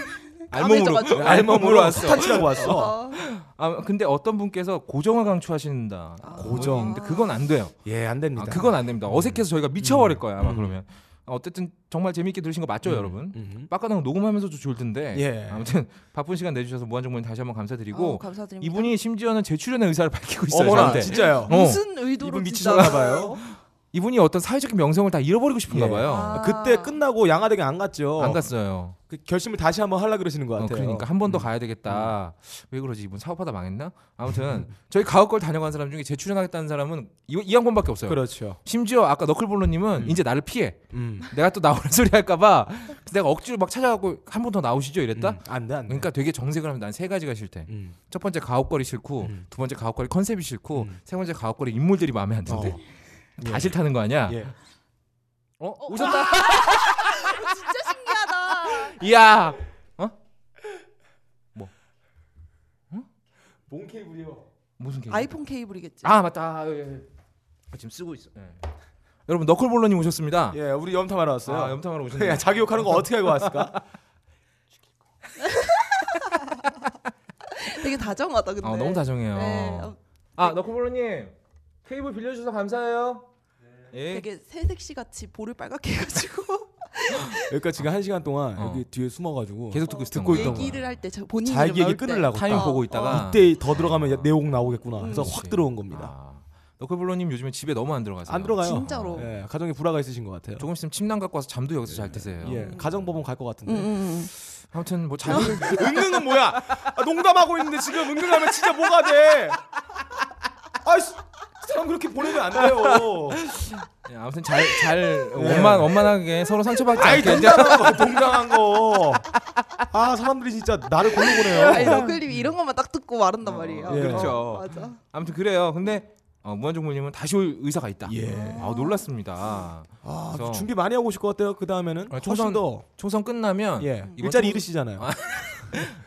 Speaker 3: 까매져가지고.
Speaker 2: 알몸으로 왔어. 탄치라고 왔어.
Speaker 3: 어.
Speaker 1: 아, 근데 어떤 분께서 고정을 강추하신다.
Speaker 2: 아. 고정.
Speaker 1: 근데 그건 안 돼요.
Speaker 2: 예, 안 됩니다. 음.
Speaker 1: 아, 그건 안 됩니다. 어색해서 저희가 미쳐버릴 거야, 아마 그러면. 아, 어쨌든 정말 재밌게 들으신 거 맞죠, 여러분?
Speaker 2: 음.
Speaker 1: 빡가당 녹음하면서도 좋을 텐데.
Speaker 2: 예.
Speaker 1: 아무튼 바쁜 시간 내주셔서 무한정모님 다시 한번 감사드리고
Speaker 3: 아우, 어, 감사드립니다.
Speaker 1: 이분이 심지어는 재출연의 의사를 밝히고 있어요.
Speaker 2: 어머나,
Speaker 1: 저한테.
Speaker 2: 진짜요.
Speaker 1: 어.
Speaker 3: 무슨 의도로
Speaker 2: 이분
Speaker 3: 진짜-
Speaker 2: 미치셨나 봐요.
Speaker 1: 이분이 어떤 사회적인 명성을 다 잃어버리고 싶은가
Speaker 2: 예.
Speaker 1: 봐요.
Speaker 3: 아.
Speaker 2: 그때 끝나고 양화대교 안 갔죠.
Speaker 1: 음. 안 갔어요.
Speaker 2: 그 결심을 다시 한번 하려 그러시는 것
Speaker 1: 어,
Speaker 2: 같아요. 음.
Speaker 1: 그러니까 한 번 더 가야 되겠다. 왜 그러지? 이분 사업하다 망했나? 아무튼 저희 가옥걸 다녀간 사람 중에 재출연하겠다는 사람은 이, 이 양반밖에 없어요.
Speaker 2: 그렇죠.
Speaker 1: 심지어 아까 너클볼로님은
Speaker 2: 음.
Speaker 1: 이제 나를 피해.
Speaker 2: 음.
Speaker 1: 내가 또 나오는 소리 할까봐 내가 억지로 막 찾아가고 한 번 더 나오시죠 이랬다.
Speaker 2: 음. 안 돼, 안 돼.
Speaker 1: 그러니까 되게 정색을 하면 난 세 가지가 싫대.
Speaker 2: 음.
Speaker 1: 첫 번째 가옥거리 싫고,
Speaker 2: 음.
Speaker 1: 두 번째 가옥거리 컨셉이 싫고,
Speaker 2: 음.
Speaker 1: 세 번째 가옥거리 인물들이 마음에 안 든대.
Speaker 2: 어.
Speaker 1: 다
Speaker 2: 예.
Speaker 1: 싫다는 거 아니야?
Speaker 2: 예.
Speaker 1: 어?
Speaker 3: 아!
Speaker 1: 오셨다.
Speaker 3: 진짜 신기하다.
Speaker 1: 이야.
Speaker 2: 봉 케이블이요.
Speaker 1: 무슨 개?
Speaker 3: 아이폰 케이블이겠지.
Speaker 1: 아 맞다. 아, 예, 예. 아, 지금 쓰고 있어. 예. 여러분 너클볼러님 오셨습니다.
Speaker 2: 예, 우리 염탐하러 왔어요.
Speaker 1: 아, 염탐하러 오셨네요.
Speaker 2: 야, 자기 욕하는 거 어떻게 알고 왔을까?
Speaker 3: 되게 다정하다 근데.
Speaker 1: 아, 너무 다정해요.
Speaker 3: 네, 어,
Speaker 1: 아 너클볼러님 케이블 빌려주셔서 감사해요. 예.
Speaker 3: 되게 새색시 같이 볼을 빨갛게 해가지고
Speaker 2: 그러니까 지금 한 시간 동안
Speaker 1: 어.
Speaker 2: 여기 뒤에 숨어가지고
Speaker 1: 계속 듣고 있었던
Speaker 2: 듣고
Speaker 1: 거예요. 아,
Speaker 2: 있던 거야.
Speaker 3: 얘기를 할 때 본인
Speaker 2: 자기
Speaker 3: 이름
Speaker 2: 얘기
Speaker 3: 나올 때. 아. 음.
Speaker 2: 끊으려고
Speaker 1: 타임
Speaker 3: 어,
Speaker 1: 보고
Speaker 3: 어.
Speaker 1: 있다가
Speaker 2: 아, 이때 더 들어가면 내옥 나오겠구나. 그래서
Speaker 1: 그렇지.
Speaker 2: 확 들어온 겁니다.
Speaker 1: 아, 너클볼러님 요즘에 집에 너무 안 들어가세요.
Speaker 2: 안 들어가요.
Speaker 3: 진짜로.
Speaker 2: 예, 가정에 불화가 있으신 것 같아요.
Speaker 1: 조금 있으면 침낭 갖고 와서 잠도 여기서 잘 드세요.
Speaker 2: 예, 가정법원 갈 것
Speaker 3: 음,
Speaker 2: 같은데.
Speaker 3: 음, 음.
Speaker 1: 아무튼 뭐 자기
Speaker 2: 은근은 뭐야? 아, 농담하고 있는데 지금 은근하면 진짜 뭐가 돼? 아, 씨, 사람 그렇게 보내면 안 돼요.
Speaker 1: 예, 아무튼 잘 잘 원만 원만하게 서로 상처받지
Speaker 2: 아이
Speaker 1: 않게 이제
Speaker 2: 농담한 거, 농담한 거. 아, 사람들이 진짜 나를 골로
Speaker 3: 네. 아니
Speaker 2: 보내요.
Speaker 3: 너클립이 이런 것만 딱 듣고 말한단 말이에요.
Speaker 2: 어. 예.
Speaker 1: 그렇죠.
Speaker 3: 맞아.
Speaker 1: 아무튼 그래요. 근데 어, 무한정부님은 다시 올 의사가 있다.
Speaker 2: 예.
Speaker 1: 아 놀랐습니다.
Speaker 2: 아,
Speaker 1: 그래서
Speaker 2: 준비 많이 하고 오실 것 같아요. 그 다음에는
Speaker 1: 아,
Speaker 2: 훨씬
Speaker 1: 총선-
Speaker 2: 더
Speaker 1: 총선 끝나면
Speaker 2: 예,
Speaker 1: 이번
Speaker 2: 일자리
Speaker 1: 총-
Speaker 2: 잃으시잖아요.
Speaker 1: 아,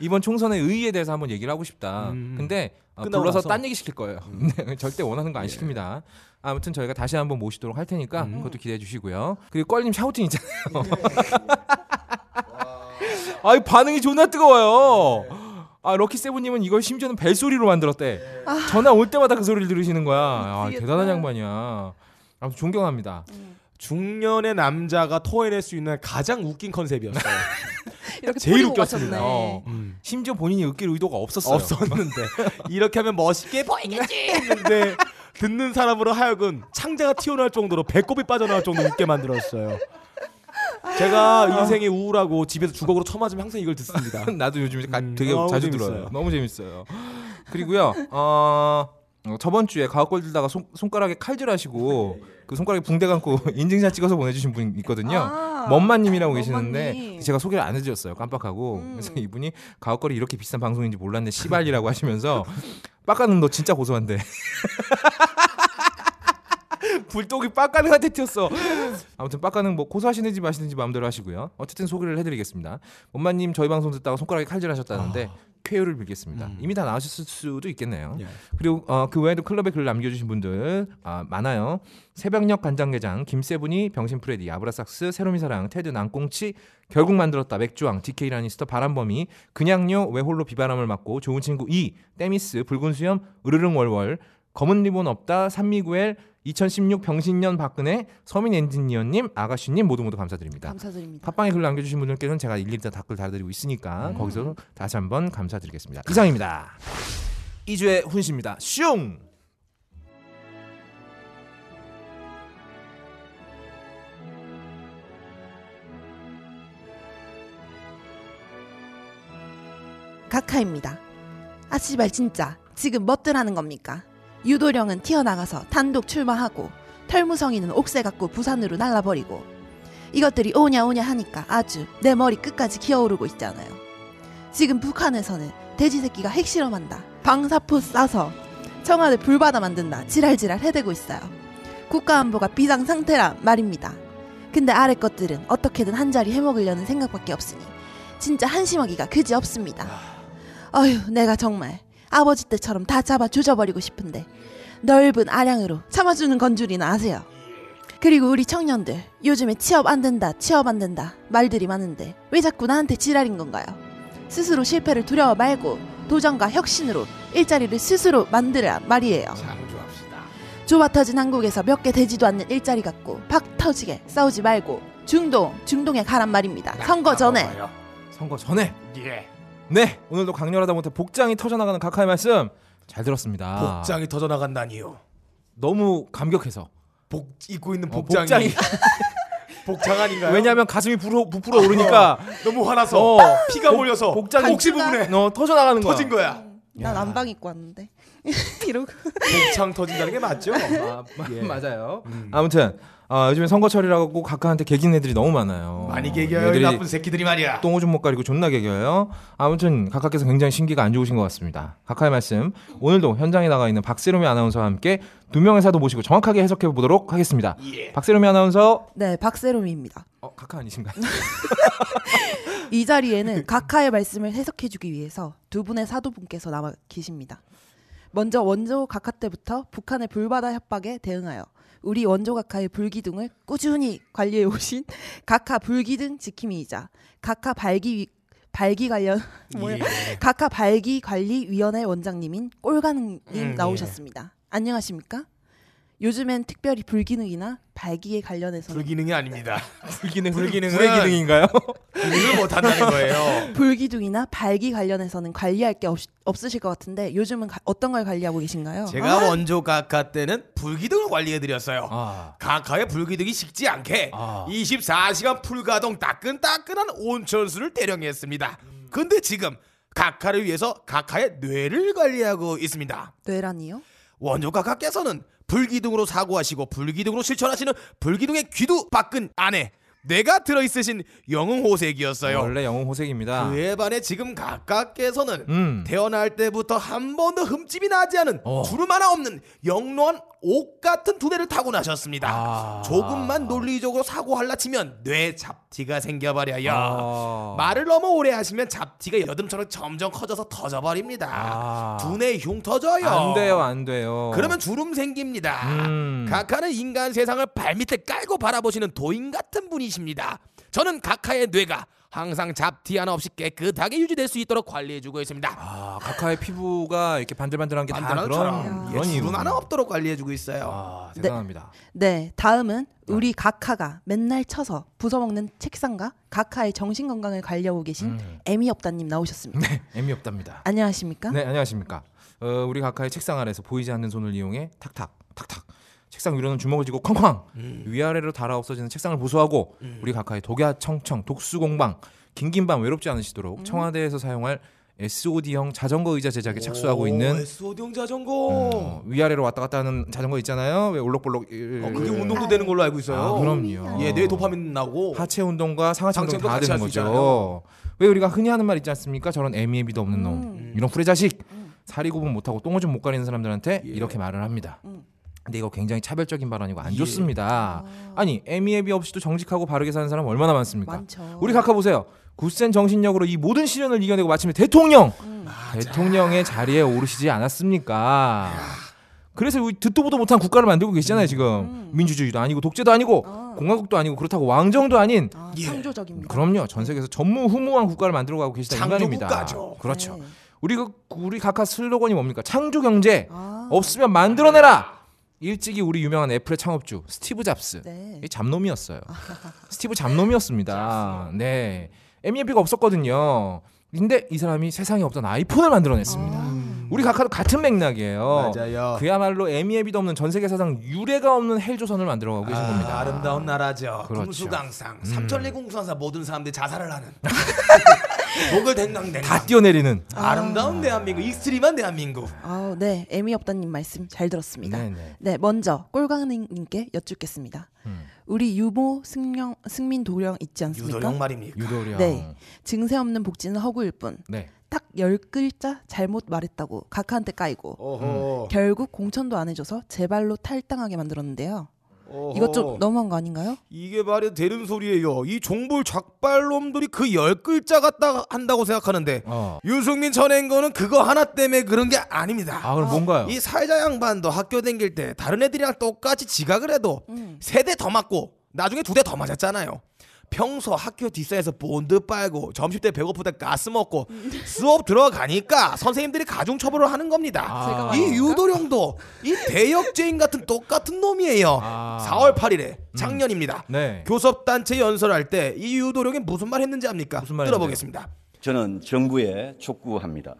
Speaker 1: 이번 총선의 의의에 대해서 한번 얘기를 하고 싶다.
Speaker 2: 음.
Speaker 1: 근데 어,
Speaker 2: 끝나고
Speaker 1: 불러서
Speaker 2: 나서? 음. 예.
Speaker 1: 딴 얘기 시킬 거예요. 네, 절대 원하는 거 안 시킵니다. 아무튼 저희가 다시 한번 모시도록 할 테니까
Speaker 2: 음.
Speaker 1: 그것도 기대해 주시고요. 그리고 껄님 샤우팅 있잖아요.
Speaker 2: 예.
Speaker 1: 아이 반응이 존나 뜨거워요. 아 럭키 세븐님은 이걸 심지어는 벨소리로
Speaker 2: 예.
Speaker 1: 만들었대. 전화 올 때마다 그 소리를 들으시는 거야. 아,
Speaker 3: 아. 미치겠다.
Speaker 1: 대단한 양반이야. 아무튼 존경합니다.
Speaker 2: 중년의 남자가 토해낼 수 있는 가장 웃긴 컨셉이었어요.
Speaker 3: 이렇게
Speaker 2: 제일
Speaker 3: 뿌리고
Speaker 2: 웃겼습니다.
Speaker 3: 가셨네.
Speaker 1: 어.
Speaker 2: 음.
Speaker 1: 심지어 본인이 웃길 의도가 없었어요.
Speaker 2: 없었는데 이렇게 하면 멋있게 보이겠지 했는데 듣는 사람으로 하여금 창자가 튀어나올 정도로 배꼽이 빠져나올 정도로 웃게 만들었어요 제가 인생이 우울하고 집에서 주걱으로 쳐맞으면 항상 이걸 듣습니다
Speaker 1: 나도 요즘 이제 가-
Speaker 2: 음,
Speaker 1: 되게
Speaker 2: 너무
Speaker 1: 자주
Speaker 2: 재밌어요.
Speaker 1: 들어요. 너무 재밌어요. 그리고요, 어, 어, 저번 주에 가옥골 들다가 손, 손가락에 칼질하시고 그 손가락에 붕대 감고 인증샷 찍어서 보내주신 분 있거든요.
Speaker 3: 아,
Speaker 1: 먼마님이라고
Speaker 3: 먼마님. 음.
Speaker 1: 계시는데 제가 소개를 안 해드렸어요. 깜빡하고 그래서 이분이 가옥거리 이렇게 비싼 방송인지 몰랐네 시발이라고 하시면서 빡가는 너 진짜 고소한데 불독이 빡가능한테 튀었어. 아무튼 빡가능 뭐 고소하시는지
Speaker 3: 아.
Speaker 1: 마시는지 마음대로 하시고요. 어쨌든 소개를 해드리겠습니다. 엄마님 저희 방송 듣다가 손가락에 칼질하셨다는데 쾌유를 빌겠습니다.
Speaker 2: 음.
Speaker 1: 이미 다 나오셨을 수도 있겠네요.
Speaker 2: 예.
Speaker 1: 그리고 어, 그 외에도 클럽에 글을 남겨주신 분들 아, 많아요. 새벽녘 간장게장, 김세분이, 병신프레디, 아브라삭스, 새로미사랑, 테드, 난꽁치, 결국 만들었다, 맥주왕, DK 라니스터, 바람범이, 그냥요, 외홀로 비바람을 맞고, 좋은 친구 이, 때미스, 붉은 수염, 으르릉 월월, 검은 리본 없다, 산미구엘, 2016 병신년 박근혜, 서민 엔지니어님, 아가씨님 모두 모두 감사드립니다.
Speaker 3: 감사드립니다.
Speaker 1: 팟빵에 글 남겨주신 분들께는 제가 일일이 다 댓글 달아드리고 있으니까
Speaker 2: 음.
Speaker 1: 거기서 다시 한번 감사드리겠습니다. 이상입니다. 2주의 훈시입니다. 슝!
Speaker 3: 각하입니다. 아 씨발 진짜 지금 멋들 하는 겁니까? 유도령은 튀어나가서 단독 출마하고 털무성이는 옥새 갖고 부산으로 날라버리고 이것들이 오냐 오냐 하니까 아주 내 머리 끝까지 기어오르고 있잖아요. 지금 북한에서는 돼지 새끼가 핵실험한다. 방사포 쏴서 청와대 불바다 만든다. 지랄지랄 해대고 있어요. 국가안보가 비상 상태란 말입니다. 근데 아래 것들은 어떻게든 한 자리 해먹으려는 생각밖에 없으니 진짜 한심하기가 그지 없습니다. 어휴, 내가 정말 아버지 때처럼 다 잡아 조져버리고 싶은데 넓은 아량으로 참아주는 건줄이나 아세요. 그리고 우리 청년들 요즘에 취업 안 된다, 취업 안 된다 말들이 많은데 왜 자꾸 나한테 지랄인 건가요? 스스로 실패를 두려워 말고 도전과 혁신으로 일자리를 스스로 만들라 말이에요.
Speaker 2: 창조합시다.
Speaker 3: 좁아 터진 한국에서 몇 개 되지도 않는 일자리 갖고 박 터지게 싸우지 말고 중동, 중동에 가란 말입니다. 선거 전에
Speaker 2: 먹어요.
Speaker 1: 선거 전에
Speaker 2: 예.
Speaker 1: 네 오늘도 강렬하다 못해 복장이 터져나가는 각하의 말씀 잘 들었습니다.
Speaker 2: 아. 복장이 터져 나간다니요.
Speaker 1: 너무 감격해서
Speaker 2: 복 입고 있는
Speaker 1: 어,
Speaker 2: 복장이
Speaker 1: 복장이.
Speaker 2: 복장 아닌가요?
Speaker 1: 왜냐하면 가슴이 부풀어, 부풀어 오르니까
Speaker 2: 너무 화나서
Speaker 1: 어,
Speaker 2: 피가
Speaker 1: 복-
Speaker 2: 몰려서
Speaker 1: 복장이-
Speaker 2: 혹시 부분에
Speaker 1: 어, 터져나가는 거야.
Speaker 2: 터진 거야.
Speaker 3: 난 안방 입고 왔는데 이러고
Speaker 2: 복장 터진다는 게 맞죠?
Speaker 1: 아, 마-
Speaker 2: 예.
Speaker 1: 맞아요.
Speaker 2: 음.
Speaker 1: 아무튼 아, 요즘에 선거철이라고 각하한테 개긴 애들이 너무 많아요.
Speaker 2: 많이 개겨요 이
Speaker 1: 애들이
Speaker 2: 나쁜 새끼들이 말이야.
Speaker 1: 똥오줌 못 가리고 존나 개겨요. 아무튼 각하께서 굉장히 신기가 안 좋으신 것 같습니다. 각하의 말씀 오늘도 현장에 나가 있는 박세롬이 아나운서와 함께 두 명의 사도 모시고 정확하게 해석해 보도록 하겠습니다.
Speaker 2: 예.
Speaker 1: 박세롬이 아나운서
Speaker 3: 네 박세롬입니다.
Speaker 1: 어, 각하 아니신가요?
Speaker 2: 네.
Speaker 3: 이 자리에는 각하의 말씀을 해석해주기 위해서 두 분의 사도분께서 남아 계십니다. 먼저 원조 각하 때부터 북한의 불바다 협박에 대응하여 우리 원조 각하의 불기둥을 꾸준히 관리해 오신 각하 불기둥 지킴이이자 각하 발기 위- 발기 관련 뭐야?
Speaker 2: 예.
Speaker 3: 각하 발기 관리 위원회 원장님인 꼴가능님
Speaker 2: 음,
Speaker 3: 나오셨습니다. 안녕하십니까? 요즘엔 특별히 불기능이나 발기에 관련해서 는
Speaker 2: 불기능이 아닙니다.
Speaker 1: 불기능
Speaker 2: 불기능은-
Speaker 1: 기능인가요?
Speaker 2: 기능을 못 한다는 거예요.
Speaker 3: 불기둥이나 발기 관련해서는 관리할 게 없, 없으실 것 같은데 요즘은 가- 어떤 걸 관리하고 계신가요? 어?
Speaker 2: 제가 원조 각하 때는 불기둥을 관리해 드렸어요.
Speaker 1: 아,
Speaker 2: 각하의 불기둥이 식지 않게
Speaker 1: 아.
Speaker 2: 24시간 풀가동 따끈따끈한 온천수를 대령했습니다. 근데 지금 각하를 위해서 각하의 뇌를 관리하고 있습니다.
Speaker 3: 뇌란이요?
Speaker 2: 원조 각하께서는 불기둥으로 사고하시고 불기둥으로 실천하시는 불기둥의 귀도 밖은 안에 뇌가 들어있으신 영웅 호색이었어요.
Speaker 1: 원래 영웅 호색입니다.
Speaker 2: 그에 반해 지금 각하께서는
Speaker 1: 음.
Speaker 2: 태어날 때부터 한 번도 흠집이 나지 않은
Speaker 1: 어.
Speaker 2: 주름 하나 없는 영롱한 옥 같은 두뇌를 타고나셨습니다.
Speaker 1: 아.
Speaker 2: 조금만 논리적으로 사고할라 치면 뇌 잡티가 생겨버려요.
Speaker 1: 아.
Speaker 2: 말을 너무 오래 하시면 잡티가 여드름처럼 점점 커져서 터져버립니다.
Speaker 1: 아.
Speaker 2: 두뇌 흉 터져요.
Speaker 1: 안 돼요, 안 돼요.
Speaker 2: 그러면 주름 생깁니다.
Speaker 1: 어. 음.
Speaker 2: 각하는 인간 세상을 발밑에 깔고 바라보시는 도인 같은 분이십니다. 저는 각하의 뇌가 항상 잡티 하나 없이 깨끗하게 유지될 수 있도록 관리해주고 있습니다.
Speaker 1: 아, 각하의 피부가 이렇게 반들반들한 게 다 그런
Speaker 2: 반대로처럼 예,
Speaker 1: 그런 이유.
Speaker 2: 주름 하나 없도록 관리해주고 있어요.
Speaker 1: 아, 대단합니다.
Speaker 3: 네, 다음은 우리 각하가 맨날 쳐서 부숴먹는 책상과 각하의 정신 건강을 관리하고 계신 애미 없다님
Speaker 2: 네.
Speaker 3: 나오셨습니다.
Speaker 1: 네, 애미 없답니다.
Speaker 3: 안녕하십니까?
Speaker 1: 네, 안녕하십니까. 어, 우리 각하의 책상 아래서 보이지 않는 손을 이용해 탁탁 탁탁 책상 위로는 주먹을 쥐고 쾅쾅
Speaker 2: 음.
Speaker 1: 위아래로 달아 없어지는 책상을 보수하고 우리 각하의 독야 청청 독수 공방 긴긴 밤 외롭지 않으시도록
Speaker 3: 음.
Speaker 1: 청와대에서 사용할 SOD형 자전거 의자 제작에 착수하고 있는
Speaker 2: SOD용 자전거.
Speaker 1: 어, 위아래로 왔다 갔다 하는 자전거 있잖아요. 왜 올록볼록
Speaker 2: 어, 그게
Speaker 1: 예.
Speaker 2: 운동도 되는 걸로 알고 있어요.
Speaker 1: 아, 그럼요.
Speaker 2: 예, 뇌 도파민 나고.
Speaker 1: 하체 운동과 상하체 운동
Speaker 2: 상체도
Speaker 1: 다
Speaker 2: 같이
Speaker 1: 되는
Speaker 2: 할수
Speaker 1: 거죠. 왜 우리가 흔히 하는 말 있지 않습니까? 저런 애미애비도 없는 음.
Speaker 2: 음. 예.
Speaker 1: 놈, 이런 후레자식, 사리 구분 못하고 똥오줌 못 가리는 사람들한테 이렇게 말을 합니다. 근데 이거 굉장히 차별적인 발언이고
Speaker 2: 예.
Speaker 1: 안 좋습니다. 음. 아니 애미애비 없이도 정직하고 바르게 사는 사람 얼마나 많습니까?
Speaker 3: 많죠.
Speaker 1: 우리 각하 보세요. 굳센 정신력으로 이 모든 시련을 이겨내고 마침내 대통령
Speaker 2: 아,
Speaker 1: 대통령의 자리에 오르시지 않았습니까? 그래서 이 듣도 보도 못한 국가를 만들고
Speaker 2: 음.
Speaker 1: 계시잖아요 지금 민주주의도 아니고 독재도 아니고 공화국도 아니고 그렇다고 왕정도 아닌
Speaker 3: 아,
Speaker 2: 예.
Speaker 3: 창조적입니다.
Speaker 1: 그럼요 전 세계에서 전무후무한 국가를 만들어 가고 계시다
Speaker 2: 창조
Speaker 1: 인간입니다.
Speaker 2: 국가죠.
Speaker 1: 그렇죠.
Speaker 3: 네.
Speaker 1: 우리 그- 우리 각하 슬로건이 뭡니까? 창조 경제
Speaker 3: 아.
Speaker 1: 없으면 만들어내라. 일찍이 우리 유명한 애플의 창업주 스티브 잡스
Speaker 3: 네.
Speaker 1: 이 잡놈이었어요. 스티브 잡놈이었습니다. 네, MEP가 없었거든요. 근데 이 사람이 세상에 없던 아이폰을 만들어냈습니다. 우리 각하도 같은 맥락이에요.
Speaker 2: 맞아요.
Speaker 1: 그야말로 MEP도 없는 전 세계 사상 유례가 없는 헬조선을 만들어가고 계신 겁니다.
Speaker 2: 아, 름다운 나라죠.
Speaker 1: 그 그렇죠.
Speaker 2: 금수강상 삼천리공산사 모든 사람들이 자살을 하는 목을 댕강댕강
Speaker 1: 다 뛰어내리는.
Speaker 2: 아름다운 대한민국 익스트림한 대한민국
Speaker 3: 아, 네. 애미 없다님 말씀 잘 들었습니다.
Speaker 1: 네네.
Speaker 3: 네, 먼저 꼴강님께 여쭙겠습니다. 우리 유모 승령, 승민 도령 있지 않습니까?
Speaker 2: 유도령 말입니까?
Speaker 1: 유도령.
Speaker 3: 네. 증세 없는 복지는 허구일 뿐.
Speaker 1: 네.
Speaker 3: 딱 열 글자 잘못 말했다고 각하한테 까이고
Speaker 1: 어.
Speaker 2: 오호.
Speaker 3: 결국 공천도 안 해줘서 제 발로 탈당하게 만들었는데요.
Speaker 2: 오호.
Speaker 3: 이것 좀 너무한 거 아닌가요?
Speaker 2: 이게 말이 되는 소리예요. 이 종불 작발놈들이 그 열 글자 갖다 한다고 생각하는데
Speaker 1: 어.
Speaker 2: 유승민 전행거는 그거 하나 때문에 그런 게 아닙니다.
Speaker 1: 아 그럼 뭔가요?
Speaker 2: 이 사회자 양반도 학교 다닐 때 다른 애들이랑 똑같이 지각을 해도
Speaker 3: 음.
Speaker 2: 세 대 더 맞고 나중에 두 대 더 맞았잖아요. 평소 학교 뒷산에서 본드 빨고 점심 때 배고프다 가스 먹고 수업 들어가니까 선생님들이 가중 처벌을 하는 겁니다.
Speaker 1: 제가
Speaker 2: 이
Speaker 1: 말합니까?
Speaker 2: 유도령도 이 대역죄인 같은 똑같은 놈이에요.
Speaker 1: 아.
Speaker 2: 4월 8일에 작년입니다.
Speaker 1: 네.
Speaker 2: 교섭단체 연설할 때 이 유도령이 무슨 말 했는지 압니까?
Speaker 1: 무슨 말
Speaker 2: 들어보겠습니다.
Speaker 6: 저는 정부에 촉구합니다.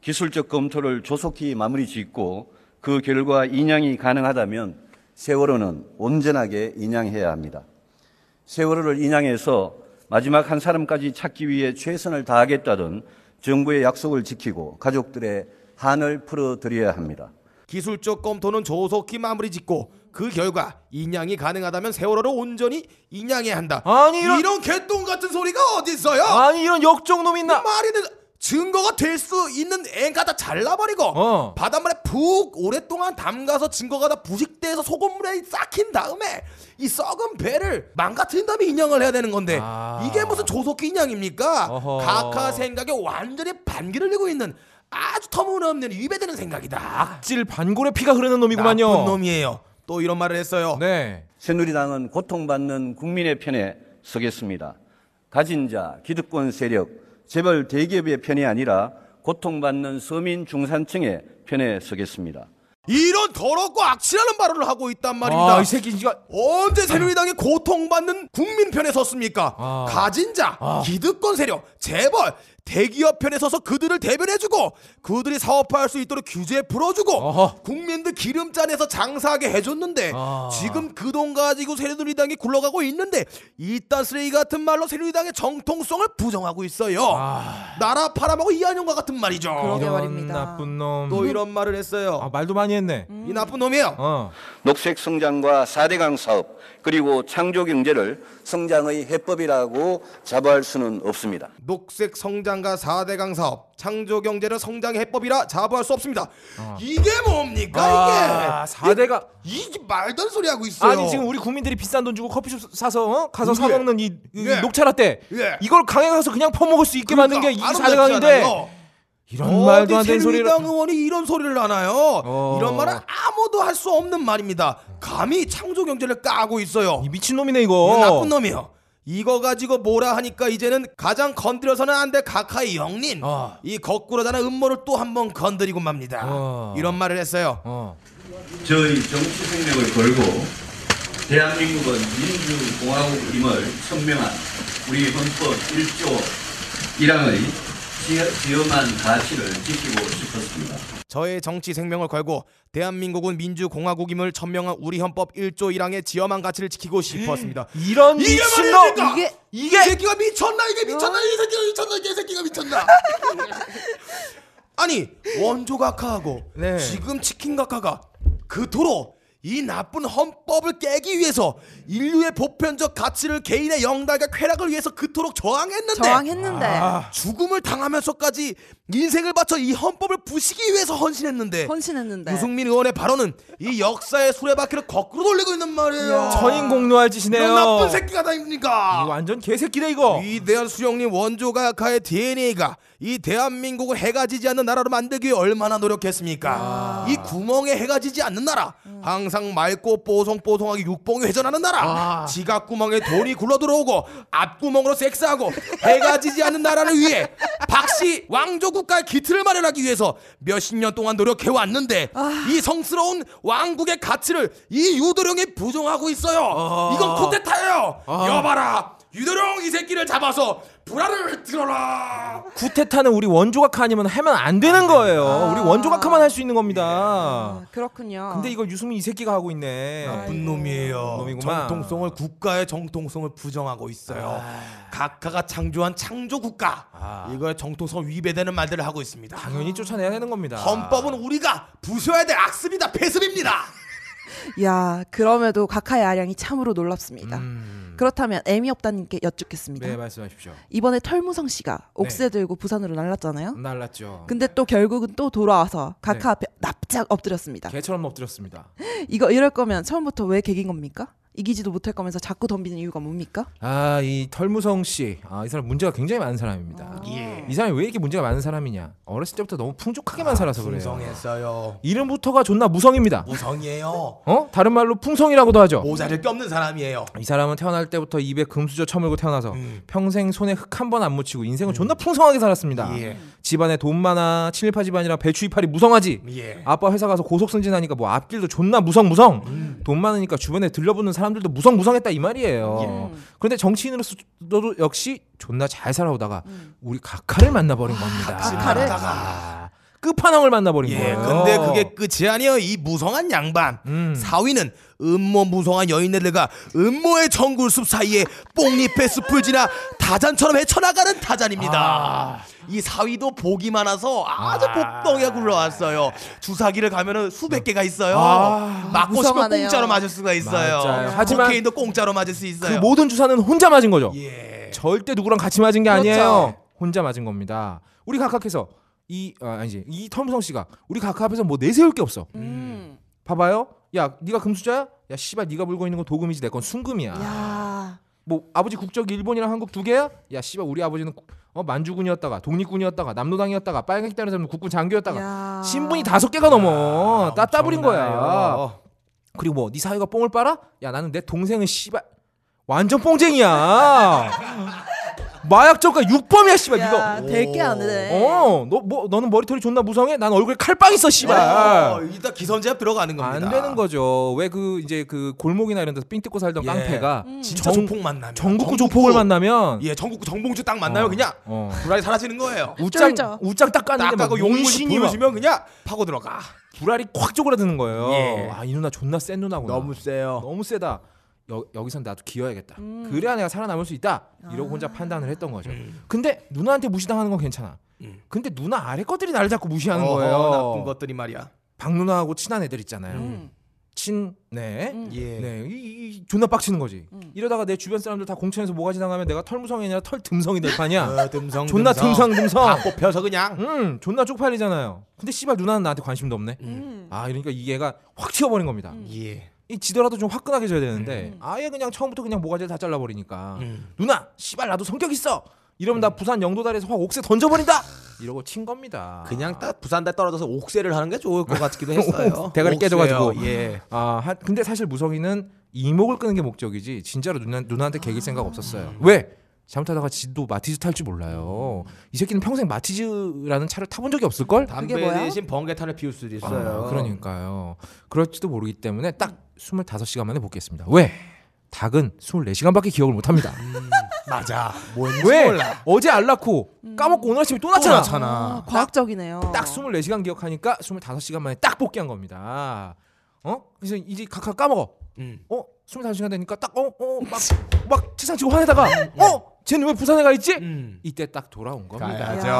Speaker 6: 기술적 검토를 조속히 마무리 짓고 그 결과 인양이 가능하다면 세월호는 온전하게 인양해야 합니다. 세월호를 인양해서 마지막 한 사람까지 찾기 위해 최선을 다하겠다던 정부의 약속을 지키고 가족들의 한을 풀어드려야 합니다.
Speaker 2: 기술적 검토는 조속히 마무리 짓고 그 결과 인양이 가능하다면 세월호를 온전히 인양해야 한다.
Speaker 1: 아니, 이런-
Speaker 2: 개똥 같은 소리가 어디 있어요?
Speaker 1: 아니 이런 역적놈이 있나?
Speaker 2: 말이 되 증거가 될 수 있는 애가 다 잘라버리고
Speaker 1: 어.
Speaker 2: 바닷물에 푹 오랫동안 담가서 증거가 다 부식돼서 소금물에 삭힌 다음에 이 썩은 배를 망가뜨린 다음에 인양을 해야 되는 건데
Speaker 1: 아.
Speaker 2: 이게 무슨 조속히 인양입니까?
Speaker 1: 어허.
Speaker 2: 각하 생각에 완전히 반기를 내고 있는 아주 터무니없는 위배되는 생각이다.
Speaker 1: 질 반골에 피가 흐르는 놈이구만요.
Speaker 2: 나쁜 놈이에요. 또 이런 말을 했어요.
Speaker 1: 네.
Speaker 6: 새누리당은 고통받는 국민의 편에 서겠습니다. 가진 자, 기득권 세력, 재벌 대기업의 편이 아니라 고통받는 서민 중산층의 편에 서겠습니다.
Speaker 2: 이런 더럽고 악취라는 발언을 하고 있단 말입니다.
Speaker 1: 아, 이 새끼 진짜
Speaker 2: 언제 새누리당이 고통받는 국민 편에 섰습니까?
Speaker 1: 아.
Speaker 2: 가진 자, 기득권 세력, 재벌, 대기업 편에 서서 그들을 대변해주고 그들이 사업할 수 있도록 규제 풀어주고
Speaker 1: 어허.
Speaker 2: 국민들 기름잔에서 장사하게 해줬는데
Speaker 1: 아.
Speaker 2: 지금 그 돈 가지고 새누리당이 굴러가고 있는데 이딴 쓰레기 같은 말로 새누리당의 정통성을 부정하고 있어요.
Speaker 1: 아.
Speaker 2: 나라 팔아먹고 이한용과 같은 말이죠.
Speaker 3: 그러게
Speaker 1: 이런
Speaker 3: 말입니다. 음.
Speaker 1: 나쁜 놈.
Speaker 2: 또 이런 말을 했어요.
Speaker 1: 그 음. 아, 말도 많이 했네.
Speaker 2: 이 나쁜 놈이에요.
Speaker 1: 어.
Speaker 6: 녹색 성장과 4대강 사업, 그리고 창조 경제를 성장의 해법이라고 자부할 수는 없습니다.
Speaker 2: 녹색 성장과 4대강 사업 창조 경제를 성장 해법이라 자부할 수 없습니다. 이게 뭡니까
Speaker 1: 어. 아,
Speaker 2: 이게?
Speaker 1: 4대강.
Speaker 2: 이, 이 말던 소리 하고 있어요.
Speaker 1: 아니 지금 우리 국민들이 비싼 돈 주고 커피숍 사서 어? 가서 사
Speaker 2: 예.
Speaker 1: 먹는 이, 이
Speaker 2: 예.
Speaker 1: 녹차라떼
Speaker 2: 예. 그러니까
Speaker 1: 이걸 강에 가서 그냥 퍼먹을 수 있게 만든 게 이
Speaker 2: 아름답지
Speaker 1: 4대강인데
Speaker 2: 않아요?
Speaker 1: 이런 말도 안
Speaker 2: 어디
Speaker 1: 되는 소리를
Speaker 2: 새누리당 의원이 이런 소리를 하나요?
Speaker 1: 어.
Speaker 2: 이런 말은 아무도 할 수 없는 말입니다. 감히 창조 경제를 까고 있어요.
Speaker 1: 이 미친놈이네 이거.
Speaker 2: 이거 예, 나쁜 놈이요. 이거 가지고 뭐라 하니까 이제는 가장 건드려서는 안 될 각하의 영린
Speaker 1: 어.
Speaker 2: 이 거꾸로다는 음모를 또 한 번 건드리고 맙니다.
Speaker 1: 어.
Speaker 2: 이런 말을 했어요.
Speaker 1: 어.
Speaker 6: 저희 정치 생명을 걸고 대한민국은 민주공화국임을 천명한 우리 헌법 1조 1항의 지엄한 가치를 지키고 싶었습니다.
Speaker 2: 저의 정치 생명을 걸고 대한민국은 민주공화국임을 천명한 우리 헌법 1조 1항의 지엄한 가치를 지키고 싶었습니다.
Speaker 1: 이런
Speaker 2: 이게
Speaker 1: 미친놈.
Speaker 2: 말입니까?
Speaker 3: 이게-
Speaker 2: 이게 이 새끼가 미쳤나 이게 미쳤나 이 새끼가 미쳤나 이 새끼가 미쳤나. 아니 원조 각하하고
Speaker 1: 네.
Speaker 2: 지금 치킨 각하가 그토록 이 나쁜 헌법을 깨기 위해서 인류의 보편적 가치를 그 개인의 영달과 쾌락을 위해서 그토록 저항했는데
Speaker 1: 아.
Speaker 3: 저항했는데
Speaker 2: 죽음을 당하면서까지 인생을 바쳐 이 헌법을 부수기 위해서 헌신했는데 네.
Speaker 3: 헌신했는데.
Speaker 2: 유승민 의원의 발언은 이 역사의 수레바퀴를 거꾸로 돌리고 있는 말이에요.
Speaker 1: 천인 공노할 짓이네요.
Speaker 2: 아. 이런 나쁜 새끼가 다입니까?
Speaker 1: 이거 완전 개새끼네 이거.
Speaker 2: 위대한 수령님 원조가 약화의 DNA가 이 대한민국을 해가 지지 않는 나라로 만들기 위해 얼마나 노력했습니까? 이 구멍에 해가 지지 않는 나라, 항상 맑고 뽀송뽀송하게 육봉이 회전하는 나라, 지갑 구멍에 돈이 굴러 들어오고 앞구멍으로 섹스하고 해가 지지 않는 나라를 위해 박씨 왕조 국가의 기틀을 마련하기 위해서 몇십 년 동안 노력해 왔는데 이 성스러운 왕국의 가치를 이 유도령이 부정하고 있어요. 이건 쿠데타예요. 여봐라. 유도령 이 새끼를 잡아서 불화를 들어라.
Speaker 1: 구테타는 우리 원조각하 아니면 하면 안
Speaker 2: 네.
Speaker 1: 되는 거예요.
Speaker 2: 아.
Speaker 1: 우리 원조각하만 할 수 있는
Speaker 2: 예.
Speaker 1: 겁니다.
Speaker 3: 아, 그렇군요.
Speaker 1: 근데 이걸 유승민 이 새끼가 하고 있네.
Speaker 2: 나쁜 놈이에요.
Speaker 1: 놈이구만.
Speaker 2: 정통성을 국가의 정통성을 부정하고 있어요. 각하가 창조한 창조 국가 이거에 정통성 위배되는 말들을 하고 있습니다.
Speaker 1: 당연히 쫓아내야 되는 겁니다.
Speaker 2: 헌법은 우리가 부숴야 될 악습니다. 폐습입니다.
Speaker 3: 야 그럼에도 각하의 아량이 참으로 놀랍습니다. 그렇다면 애미 없다님께 여쭙겠습니다.
Speaker 1: 음. 네 말씀하십시오.
Speaker 3: 이번에 털무성 씨가 옥새 들고 부산으로 날랐잖아요.
Speaker 1: 날랐죠.
Speaker 3: 근데 또 결국은 또 돌아와서 각하
Speaker 1: 음. 네.
Speaker 3: 앞에 납작 엎드렸습니다.
Speaker 1: 개처럼 엎드렸습니다.
Speaker 3: 이거 이럴 거면 처음부터 왜 개긴 겁니까? 이기지도 못할 거면서 자꾸 덤비는 이유가 뭡니까?
Speaker 1: 아 이 털무성 씨, 아 이 사람 문제가 굉장히 많은 사람입니다.
Speaker 2: 예.
Speaker 1: 이 사람이 왜 이렇게 문제가 많은 사람이냐? 어렸을 때부터 너무 풍족하게만 살아서 그래요.
Speaker 2: 풍성했어요.
Speaker 1: 이름부터가 존나 무성입니다.
Speaker 2: 무성이에요.
Speaker 1: 어? 다른 말로 풍성이라고도 하죠.
Speaker 2: 모자를 껴없는 사람이에요.
Speaker 1: 이 사람은 태어날 때부터 입에 금수저 처물고 태어나서
Speaker 2: 음.
Speaker 1: 평생 손에 흙 한 번 안 묻히고 인생을 존나 풍성하게 살았습니다.
Speaker 2: 예.
Speaker 1: 집안에 돈 많아 친일파 집안이라 배추 이파리 무성하지.
Speaker 2: 예.
Speaker 1: 아빠 회사 가서 고속 승진하니까 뭐 앞길도 존나 무성 무성.
Speaker 2: 음.
Speaker 1: 돈 많으니까 주변에 들러붙는 사람들도 무성 무성했다 이 말이에요.
Speaker 2: 예.
Speaker 1: 그런데 정치인으로서 너도 역시 존나 잘 살아오다가 우리 각하를 만나버린 겁니다.
Speaker 3: 각하를?
Speaker 1: 아, 끝판왕을 만나버린
Speaker 2: 예,
Speaker 1: 거예요.
Speaker 2: 근데 그게 끝이 아니에요. 이 무성한 양반.
Speaker 1: 음.
Speaker 2: 사위는 음모 무성한 여인네들과 음모의 정굴숲 사이에 뽕잎의 숲을 지나 다잔처럼 헤쳐나가는 다잔입니다.
Speaker 1: 아.
Speaker 2: 이 사위도 복이 많아서 아주 복덩이가 굴러왔어요. 주사기를 가면은 수백 개가 있어요.
Speaker 1: 음. 아,
Speaker 2: 맞고 싶으면
Speaker 3: 무성하네요.
Speaker 2: 공짜로 맞을 수가 있어요.
Speaker 1: 맞아요. 하지만
Speaker 2: 코케인도 공짜로 맞을 수
Speaker 1: 그
Speaker 2: 있어요.
Speaker 1: 모든 주사는 혼자 맞은 거죠.
Speaker 2: 예.
Speaker 1: 절대 누구랑 같이 맞은 게
Speaker 3: 그렇죠.
Speaker 1: 아니에요. 혼자 맞은 겁니다. 우리 각하께서 이 아, 아니지 이 털무성 씨가 우리 각하 앞에서 뭐 내세울 게 없어.
Speaker 3: 음.
Speaker 1: 봐봐요. 야 네가 금수저야? 야 씨발 네가 물고 있는 건 도금이지 내 건 순금이야.
Speaker 3: 야.
Speaker 1: 뭐 아버지 국적이 일본이랑 한국 두 개야? 야 씨발 우리 아버지는 국- 어, 만주군이었다가 독립군이었다가 남노당이었다가 빨갱이 따는 사람 국군 장교였다가
Speaker 3: 야.
Speaker 1: 신분이 다섯 개가 넘어 따따블인 거야.
Speaker 2: 엄청나요.
Speaker 1: 그리고 뭐 네 사위가 뽕을 빨아? 야 나는 내 동생은 씨발 완전 뽕쟁이야. 마약 저가 육범이야 씨발
Speaker 3: 야, 네.
Speaker 1: 이거.
Speaker 3: 될게 안 돼.
Speaker 1: 어, 너 뭐 너는 머리털이 존나 무성해? 난 얼굴에 칼빵 있어
Speaker 2: 어,
Speaker 1: 씨발.
Speaker 2: 일단 기선제압 들어가는
Speaker 1: 아.
Speaker 2: 겁니다.
Speaker 1: 안 되는 거죠. 왜 그 이제 그 골목이나 이런 데서 삥 뜯고 살던
Speaker 2: 예.
Speaker 1: 깡패가
Speaker 2: 진짜
Speaker 1: 정-
Speaker 2: 조폭 만나면
Speaker 1: 전국구 조폭을 만나면
Speaker 2: 예, 전국구 정봉주 딱 만나면 그냥
Speaker 1: 어.
Speaker 2: 불알이 사라지는 거예요.
Speaker 1: 우짱
Speaker 3: 쩔죠.
Speaker 1: 우짱 딱
Speaker 2: 딱
Speaker 1: 까는데 막
Speaker 2: 하고 용신이
Speaker 1: 용신이 막
Speaker 2: 보여주면 그냥 파고 들어가.
Speaker 1: 불알이 콱 쪼그라드는 거예요.
Speaker 2: 예.
Speaker 1: 아 이 누나 존나 센 누나구나.
Speaker 2: 세요.
Speaker 1: 너무 세다. 여, 여기선 나도 기어야겠다.
Speaker 3: 음.
Speaker 1: 그래야 내가 살아남을 수 있다. 이러고 혼자 판단을 했던 거죠.
Speaker 2: 음.
Speaker 1: 근데 누나한테 무시당하는 건 괜찮아. 근데 누나 아래 것들이 나를 자꾸 무시하는 거예요.
Speaker 2: 나쁜 것들이 말이야.
Speaker 1: 박 누나하고 친한 애들 있잖아요.
Speaker 3: 음.
Speaker 1: 친, 네,
Speaker 2: 예.
Speaker 1: 네, 이, 이- 존나 빡치는 거지. 이러다가 내 주변 사람들 다 공천에서 모가지 당하면 내가 털무성이 아니라 털듬성이 될 판이야.
Speaker 2: 어, 듬성,
Speaker 1: 존나 듬성듬성.
Speaker 2: 다 뽑혀서 그냥.
Speaker 1: 음, 존나 쪽팔리잖아요. 근데 씨발 누나는 나한테 관심도 없네.
Speaker 3: 음.
Speaker 1: 아, 이러니까 이 얘가 확 튀어버린 겁니다.
Speaker 2: 예.
Speaker 1: 이 지더라도 좀 화끈하게 져야 되는데 아예 그냥 처음부터 그냥 모가지를 다 잘라버리니까
Speaker 2: 음.
Speaker 1: 누나 씨발 나도 성격 있어 이러면 나 부산 영도다리에서 확 옥새 던져버린다 이러고 친 겁니다
Speaker 2: 그냥 딱 부산대 떨어져서 옥새를 하는 게 좋을 것 같기도 했어요.
Speaker 1: 대가리 깨져가지고.
Speaker 2: 옥새요. 예.
Speaker 1: 아 하- 근데 사실 무성이는 이목을 끄는 게 목적이지 진짜로 누나, 누나한테 개길 생각 없었어요 왜 잘못하다가 지도 마티즈 탈 줄 몰라요 이 새끼는 평생 마티즈라는 차를 타본 적이 없을걸
Speaker 2: 담배
Speaker 3: 뭐야?
Speaker 2: 대신 번개탄을 피울 수도
Speaker 1: 아,
Speaker 2: 있어요.
Speaker 1: 그러니까요 그럴지도 모르기 때문에 딱 25시간 만에 복귀했습니다 왜 닭은 24시간밖에 기억을 못합니다
Speaker 2: 맞아. 뭔지
Speaker 1: 왜
Speaker 2: 몰라.
Speaker 1: 어제 안 낳고 까먹고 오늘 아침에 또 낳잖아.
Speaker 2: 잖아.
Speaker 3: 아, 과학적이네요.
Speaker 2: 어.
Speaker 1: 딱 24시간 기억하니까 25시간 만에 딱 복귀한 겁니다. 어? 그래서 이제 각각 까먹어.
Speaker 2: 음.
Speaker 1: 어? 25시간 되니까 딱 어? 어? 막, 막 책상 치고 화내다가 어? 쟤는 왜 부산에 가 있지?
Speaker 2: 음.
Speaker 1: 이때 딱 돌아온 겁니다.
Speaker 2: 가야죠.
Speaker 1: 아,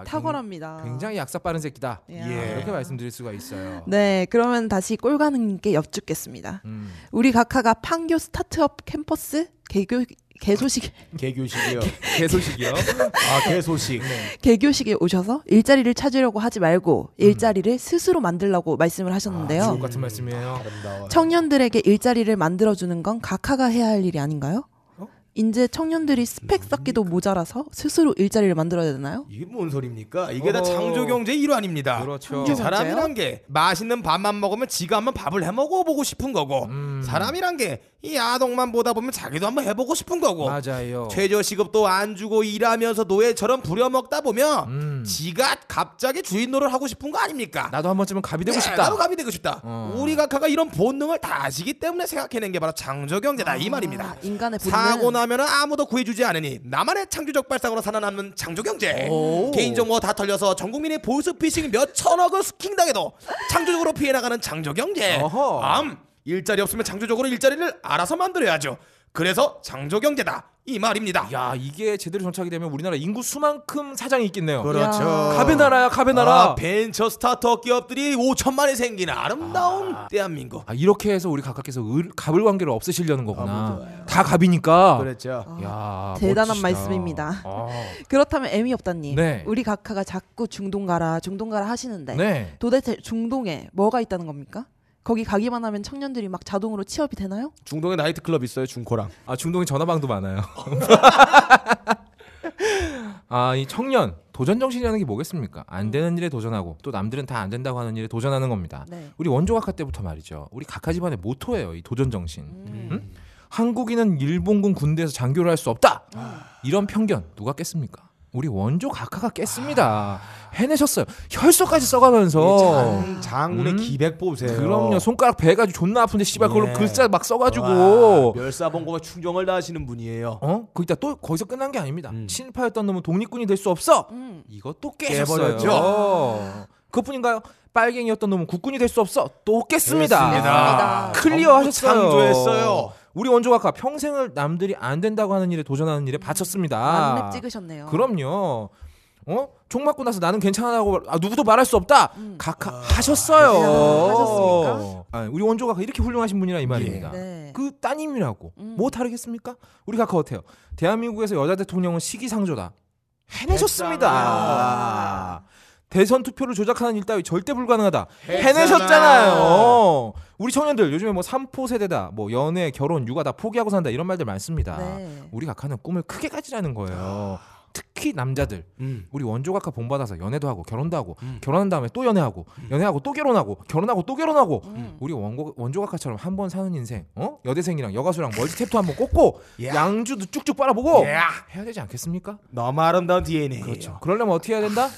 Speaker 3: 야, 탁월합니다.
Speaker 1: 굉장히 약사 빠른 새끼다. 아,
Speaker 3: 야.
Speaker 2: 예.
Speaker 1: 이렇게 말씀드릴 수가 있어요.
Speaker 3: 네, 그러면 다시 꼴가능님께 여쭙겠습니다.
Speaker 1: 음.
Speaker 3: 우리 각하가 판교 스타트업 캠퍼스 개교 개소식
Speaker 2: 개교식이요.
Speaker 1: 개소식이요.
Speaker 2: 아 개소식.
Speaker 3: 개교식에 오셔서 일자리를 찾으려고 하지 말고
Speaker 1: 음.
Speaker 3: 일자리를 스스로 만들라고 말씀을
Speaker 2: 네.
Speaker 3: 하셨는데요.
Speaker 1: 주옥 같은 말씀이에요.
Speaker 2: 아름다워.
Speaker 3: 청년들에게 일자리를 만들어주는 건 각하가 해야 할 일이 아닌가요? 이제 청년들이 스펙 쌓기도 모자라서 스스로 일자리를 만들어야 되나요?
Speaker 2: 이게 뭔 소리입니까? 이게 다
Speaker 1: 어허.
Speaker 2: 창조 경제 일환입니다.
Speaker 1: 그렇죠.
Speaker 2: 이게 사람이란 게 맛있는 밥만 먹으면 지가 한번 밥을 해 먹어보고 싶은 거고,
Speaker 1: 음.
Speaker 2: 사람이란 게 이 아동만 보다 보면 자기도 한번 해보고 싶은 거고,
Speaker 1: 맞아요.
Speaker 2: 최저 시급도 안 주고 일하면서 노예처럼 부려먹다 보면 지가 갑자기 주인 노릇 하고 싶은 거 아닙니까?
Speaker 1: 음. 나도 한 번쯤은 갑이 되고
Speaker 2: 네,
Speaker 1: 싶다. 어.
Speaker 2: 나도 갑이 되고 싶다. 우리 각하가 이런 본능을 다 아시기 때문에 생각해낸 게 바로 창조 경제다 이 말입니다.
Speaker 3: 아, 인간의 본능.
Speaker 2: 사고 나면은 아무도 구해주지 않으니 나만의 창조적 발상으로 살아남는 창조 경제. 개인 정보 다 털려서 전 국민이 보이스 피싱 몇 천억을 스킹 당해도 창조적으로 피해 나가는 창조 경제.
Speaker 1: 어허.
Speaker 2: 암 일자리 없으면 창조적으로 일자리를 알아서 만들어야죠. 그래서 창조 경제다 이 말입니다.
Speaker 1: 야 이게 제대로 정착이 되면 우리나라 인구 수만큼 사장이 있겠네요.
Speaker 2: 그렇죠.
Speaker 3: 야.
Speaker 1: 갑의 나라야 갑의 나라.
Speaker 2: 아, 벤처 스타트업 기업들이 5천만이 생기는 아름다운 대한민국.
Speaker 1: 아, 이렇게 해서 우리 각각께서 을, 갑을 관계를 없애시려는 거구나. 다 갑이니까.
Speaker 2: 아, 뭐 그렇죠.
Speaker 1: 야,
Speaker 3: 대단한
Speaker 1: 멋지시다.
Speaker 3: 말씀입니다.
Speaker 1: 아,
Speaker 3: 그렇다면 애미 없다님,
Speaker 1: 네.
Speaker 3: 우리 각하가 자꾸 중동 가라, 중동 가라 하시는데
Speaker 1: 네.
Speaker 3: 도대체 중동에 뭐가 있다는 겁니까? 거기 가기만 하면 청년들이 막 자동으로 취업이 되나요?
Speaker 2: 중동에 나이트 클럽 있어요 중코랑.
Speaker 1: 아 중동에 전화방도 많아요. 아 이 청년 도전 정신이라는 게 뭐겠습니까? 안 되는 일에 도전하고 또 남들은 다 안 된다고 하는 일에 도전하는 겁니다.
Speaker 3: 네.
Speaker 1: 우리 원조 각하 때부터 말이죠. 우리 각하 집안의 모토예요. 이 도전 정신. 응? 한국인은 일본군 군대에서 장교를 할 수 없다. 이런 편견 누가 깼습니까? 우리 원조 각하가 깼습니다. 해내셨어요. 혈서까지 써가면서.
Speaker 2: 장군의
Speaker 1: 음.
Speaker 2: 기백 뽑으세요.
Speaker 1: 그럼요. 손가락 배가지고 존나 아픈데 씨발 그걸로
Speaker 2: 예.
Speaker 1: 글자 막
Speaker 2: 와,
Speaker 1: 써가지고.
Speaker 2: 멸사봉고가 충정을 다하시는 분이에요.
Speaker 1: 어? 거기다 또 거기서 끝난 게 아닙니다.
Speaker 2: 음.
Speaker 1: 친일파였던 놈은 독립군이 될 수 없어.
Speaker 3: 음.
Speaker 1: 이것도 깨셨어요.
Speaker 2: 깨버렸죠.
Speaker 1: 그뿐인가요? 빨갱이였던 놈은 국군이 될 수 없어. 또 깼습니다.
Speaker 2: 깼습니다.
Speaker 1: 클리어하셨어요.
Speaker 2: 전부 창조했어요.
Speaker 1: 우리 원조각하 평생을 남들이 안 된다고 하는 일에 도전하는 일에 바쳤습니다.
Speaker 3: 만렙 찍으셨네요.
Speaker 1: 아, 그럼요. 어? 총 맞고 나서 나는 괜찮다고 아, 누구도 말할 수 없다. 각하 하셨어요.
Speaker 3: 음. 아, 하셨습니까?
Speaker 1: 아, 우리 원조각하 이렇게 훌륭하신 분이라 이 말입니다.
Speaker 3: 네. 음.
Speaker 1: 그 따님이라고 뭐 다르겠습니까? 우리 각하 어때요? 대한민국에서 여자 대통령은 시기상조다. 해내셨습니다. 대선 투표를 조작하는 일 따위 절대 불가능하다. 해내셨잖아요. 우리 청년들 요즘에 뭐 삼포 세대다, 뭐 연애, 결혼, 육아 다 포기하고 산다 이런 말들 많습니다.
Speaker 3: 네.
Speaker 1: 우리 각하는 꿈을 크게 가지라는 거예요. 특히 남자들
Speaker 2: 아. 음.
Speaker 1: 우리 원조 각하 본받아서 연애도 하고 결혼도 하고 결혼한 다음에 또 연애하고 연애하고 또 결혼하고 결혼하고 또 결혼하고 우리 원고, 원조 각하처럼 한 번 사는 인생 어 여대생이랑 여가수랑 멀티탭도 한번 꽂고
Speaker 2: 야.
Speaker 1: 양주도 쭉쭉 빨아보고
Speaker 2: 야.
Speaker 1: 해야 되지 않겠습니까?
Speaker 2: 너무 아름다운 DNA. 그렇죠.
Speaker 1: 어. 그러려면 어떻게 해야 된다?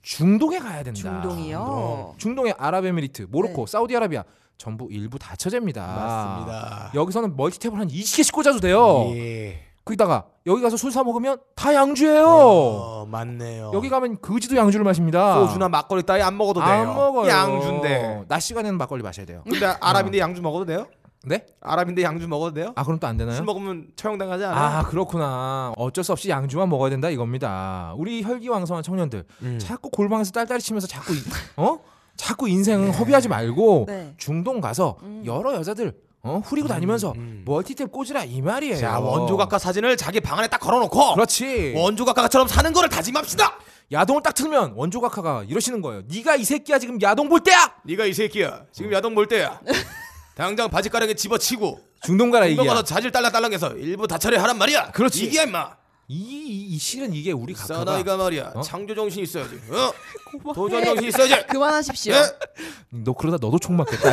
Speaker 1: 중동에 가야 된다.
Speaker 3: 중동이요.
Speaker 1: 중동의 아랍에미리트, 모로코, 사우디아라비아 전부 일부 다 처제입니다.
Speaker 2: 맞습니다.
Speaker 1: 여기서는 멀티탭을 한 20개씩 꽂아도 돼요.
Speaker 2: 예.
Speaker 1: 거기다가 여기 가서 술 사 먹으면 다 양주예요.
Speaker 2: 어, 맞네요.
Speaker 1: 여기 가면 거지도 양주를 마십니다.
Speaker 2: 소주나 막걸리 따위 안 먹어도 돼요.
Speaker 1: 안 먹어요. 어.
Speaker 2: 양주인데. 예.
Speaker 1: 낮 시간에는 막걸리 마셔야 돼요.
Speaker 2: 근데 아랍인데 양주 먹어도 돼요?
Speaker 1: 네?
Speaker 2: 아랍인데 양주 먹어도 돼요?
Speaker 1: 아 그럼 또 안
Speaker 2: 술
Speaker 1: 되나요?
Speaker 2: 먹으면 처형당하지 않아요?
Speaker 1: 아 그렇구나. 어쩔 수 없이 양주만 먹어야 된다 이겁니다. 우리 혈기왕성한 청년들
Speaker 2: 음.
Speaker 1: 자꾸 골방에서 딸딸이 치면서 자꾸 이- 어? 자꾸
Speaker 2: 네.
Speaker 1: 인생은 허비하지 말고
Speaker 3: 네.
Speaker 1: 중동 가서 여러 여자들 어? 후리고 다니면서 멀티탭 꽂으라 이 말이에요.
Speaker 2: 음, 자 원조 각하 사진을 자기 방 안에 딱 걸어놓고
Speaker 1: 그렇지.
Speaker 2: 예. 원조 각하처럼 사는 거를 다짐합시다.
Speaker 1: 야동을 딱 틀면 원조 각하가 이러시는 거예요. 네가 이 새끼야 지금 야동 볼 때야.
Speaker 2: 네가 이 새끼야. 지금 야동 볼 때야. 당장 바지가랑에 집어치고
Speaker 1: 중동 가라 이게.
Speaker 2: 이거 가서 자질 딸랑딸랑해서 일부 다 처리하란 말이야.
Speaker 1: 그렇지.
Speaker 2: 이게 임마.
Speaker 1: 이, 이, 이 실은 이게 우리 각하가
Speaker 2: 사나이가 말이야.
Speaker 1: 어?
Speaker 2: 창조 정신 있어야지. 어? 도전 정신 있어야지.
Speaker 3: 그만하십시오.
Speaker 2: 예?
Speaker 1: 너 그러다 너도 총 맞겠다.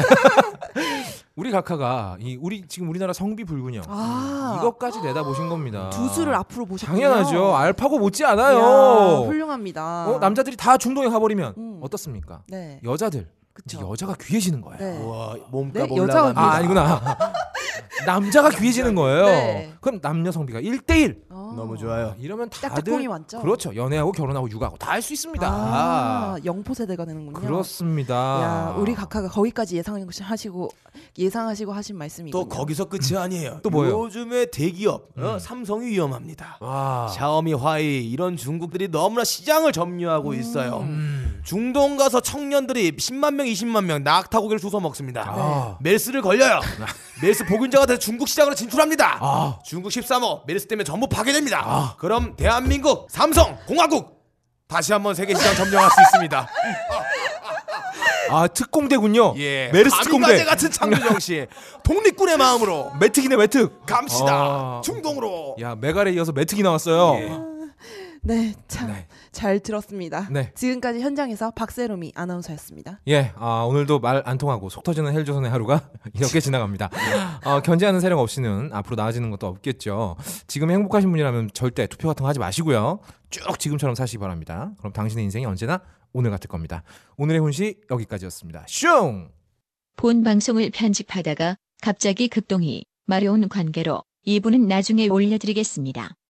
Speaker 1: 우리 각하가 이 우리 지금 우리나라 성비 불균형
Speaker 3: 아.
Speaker 1: 이것까지 내다보신 겁니다.
Speaker 3: 두 수를 앞으로 보셨군요.
Speaker 1: 아, 당연하죠. 알파고 못지 않아요.
Speaker 3: 이야, 훌륭합니다.
Speaker 1: 어, 남자들이 다 중동에 가버리면
Speaker 3: 음.
Speaker 1: 어떻습니까?
Speaker 3: 네.
Speaker 1: 여자들 근데 여자가 귀해지는 거예요.
Speaker 3: 네.
Speaker 2: 우와 몸값
Speaker 3: 네?
Speaker 2: 올라갑니다.
Speaker 3: 여자가
Speaker 1: 아 아니구나. 남자가 귀해지는 거예요.
Speaker 3: 네.
Speaker 1: 그럼 남녀 성비가 1대1
Speaker 3: 어.
Speaker 2: 너무 좋아요.
Speaker 1: 이러면
Speaker 3: 딱
Speaker 1: 다들
Speaker 3: 뚜껑이 완전.
Speaker 1: 그렇죠. 연애하고 결혼하고 육아하고 다 할 수 있습니다.
Speaker 3: 아, 영포 세대가 되는군요.
Speaker 1: 그렇습니다.
Speaker 3: 야, 우리 각하가 거기까지 예상하시고 예상하시고 하신 말씀이
Speaker 2: 또 거기서 끝이 아니에요.
Speaker 1: 또 뭐예요?
Speaker 2: 요즘에 대기업 어? 삼성이 위험합니다.
Speaker 1: 와.
Speaker 3: 네.
Speaker 2: 샤오미, 화이 이런 중국들이 너무나 시장을 점유하고 있어요. 중동 가서 청년들이 10만 명, 20만 명 낙타 고기를 주워 먹습니다.
Speaker 1: 아,
Speaker 2: 멜스를 걸려요. 멜스 복균자가 돼서 중국 시장으로 진출합니다.
Speaker 1: 아.
Speaker 2: 중국 13호 멜스 때문에 전부 파괴됩니다. 그럼 대한민국 삼성 공화국 다시 한번 세계 시장 점령할 수 있습니다.
Speaker 1: 아 특공대군요.
Speaker 2: 예,
Speaker 1: 메르스
Speaker 2: 가제
Speaker 1: 특공대.
Speaker 2: 같은 창조 정신, 독립군의 마음으로
Speaker 1: 매특이네 매특.
Speaker 2: 갑시다.
Speaker 1: 아.
Speaker 2: 중동으로. 예.
Speaker 1: 야 메갈에 이어서 매특이 나왔어요.
Speaker 3: 네, 참
Speaker 1: 네.
Speaker 3: 잘 들었습니다.
Speaker 1: 네.
Speaker 3: 지금까지 현장에서 박세롬이 아나운서였습니다.
Speaker 1: 예, 아, 오늘도 말 안 통하고 속 터지는 헬조선의 하루가 이렇게 지나갑니다. 어, 견제하는 세력 없이는 앞으로 나아지는 것도 없겠죠. 지금 행복하신 분이라면 절대 투표 같은 거 하지 마시고요. 쭉 지금처럼 사시기 바랍니다. 그럼 당신의 인생이 언제나 오늘 같을 겁니다. 오늘의 훈시 여기까지였습니다. 슝!
Speaker 7: 본 방송을 편집하다가 갑자기 급동이 마려운 관계로 이분은 나중에 올려드리겠습니다.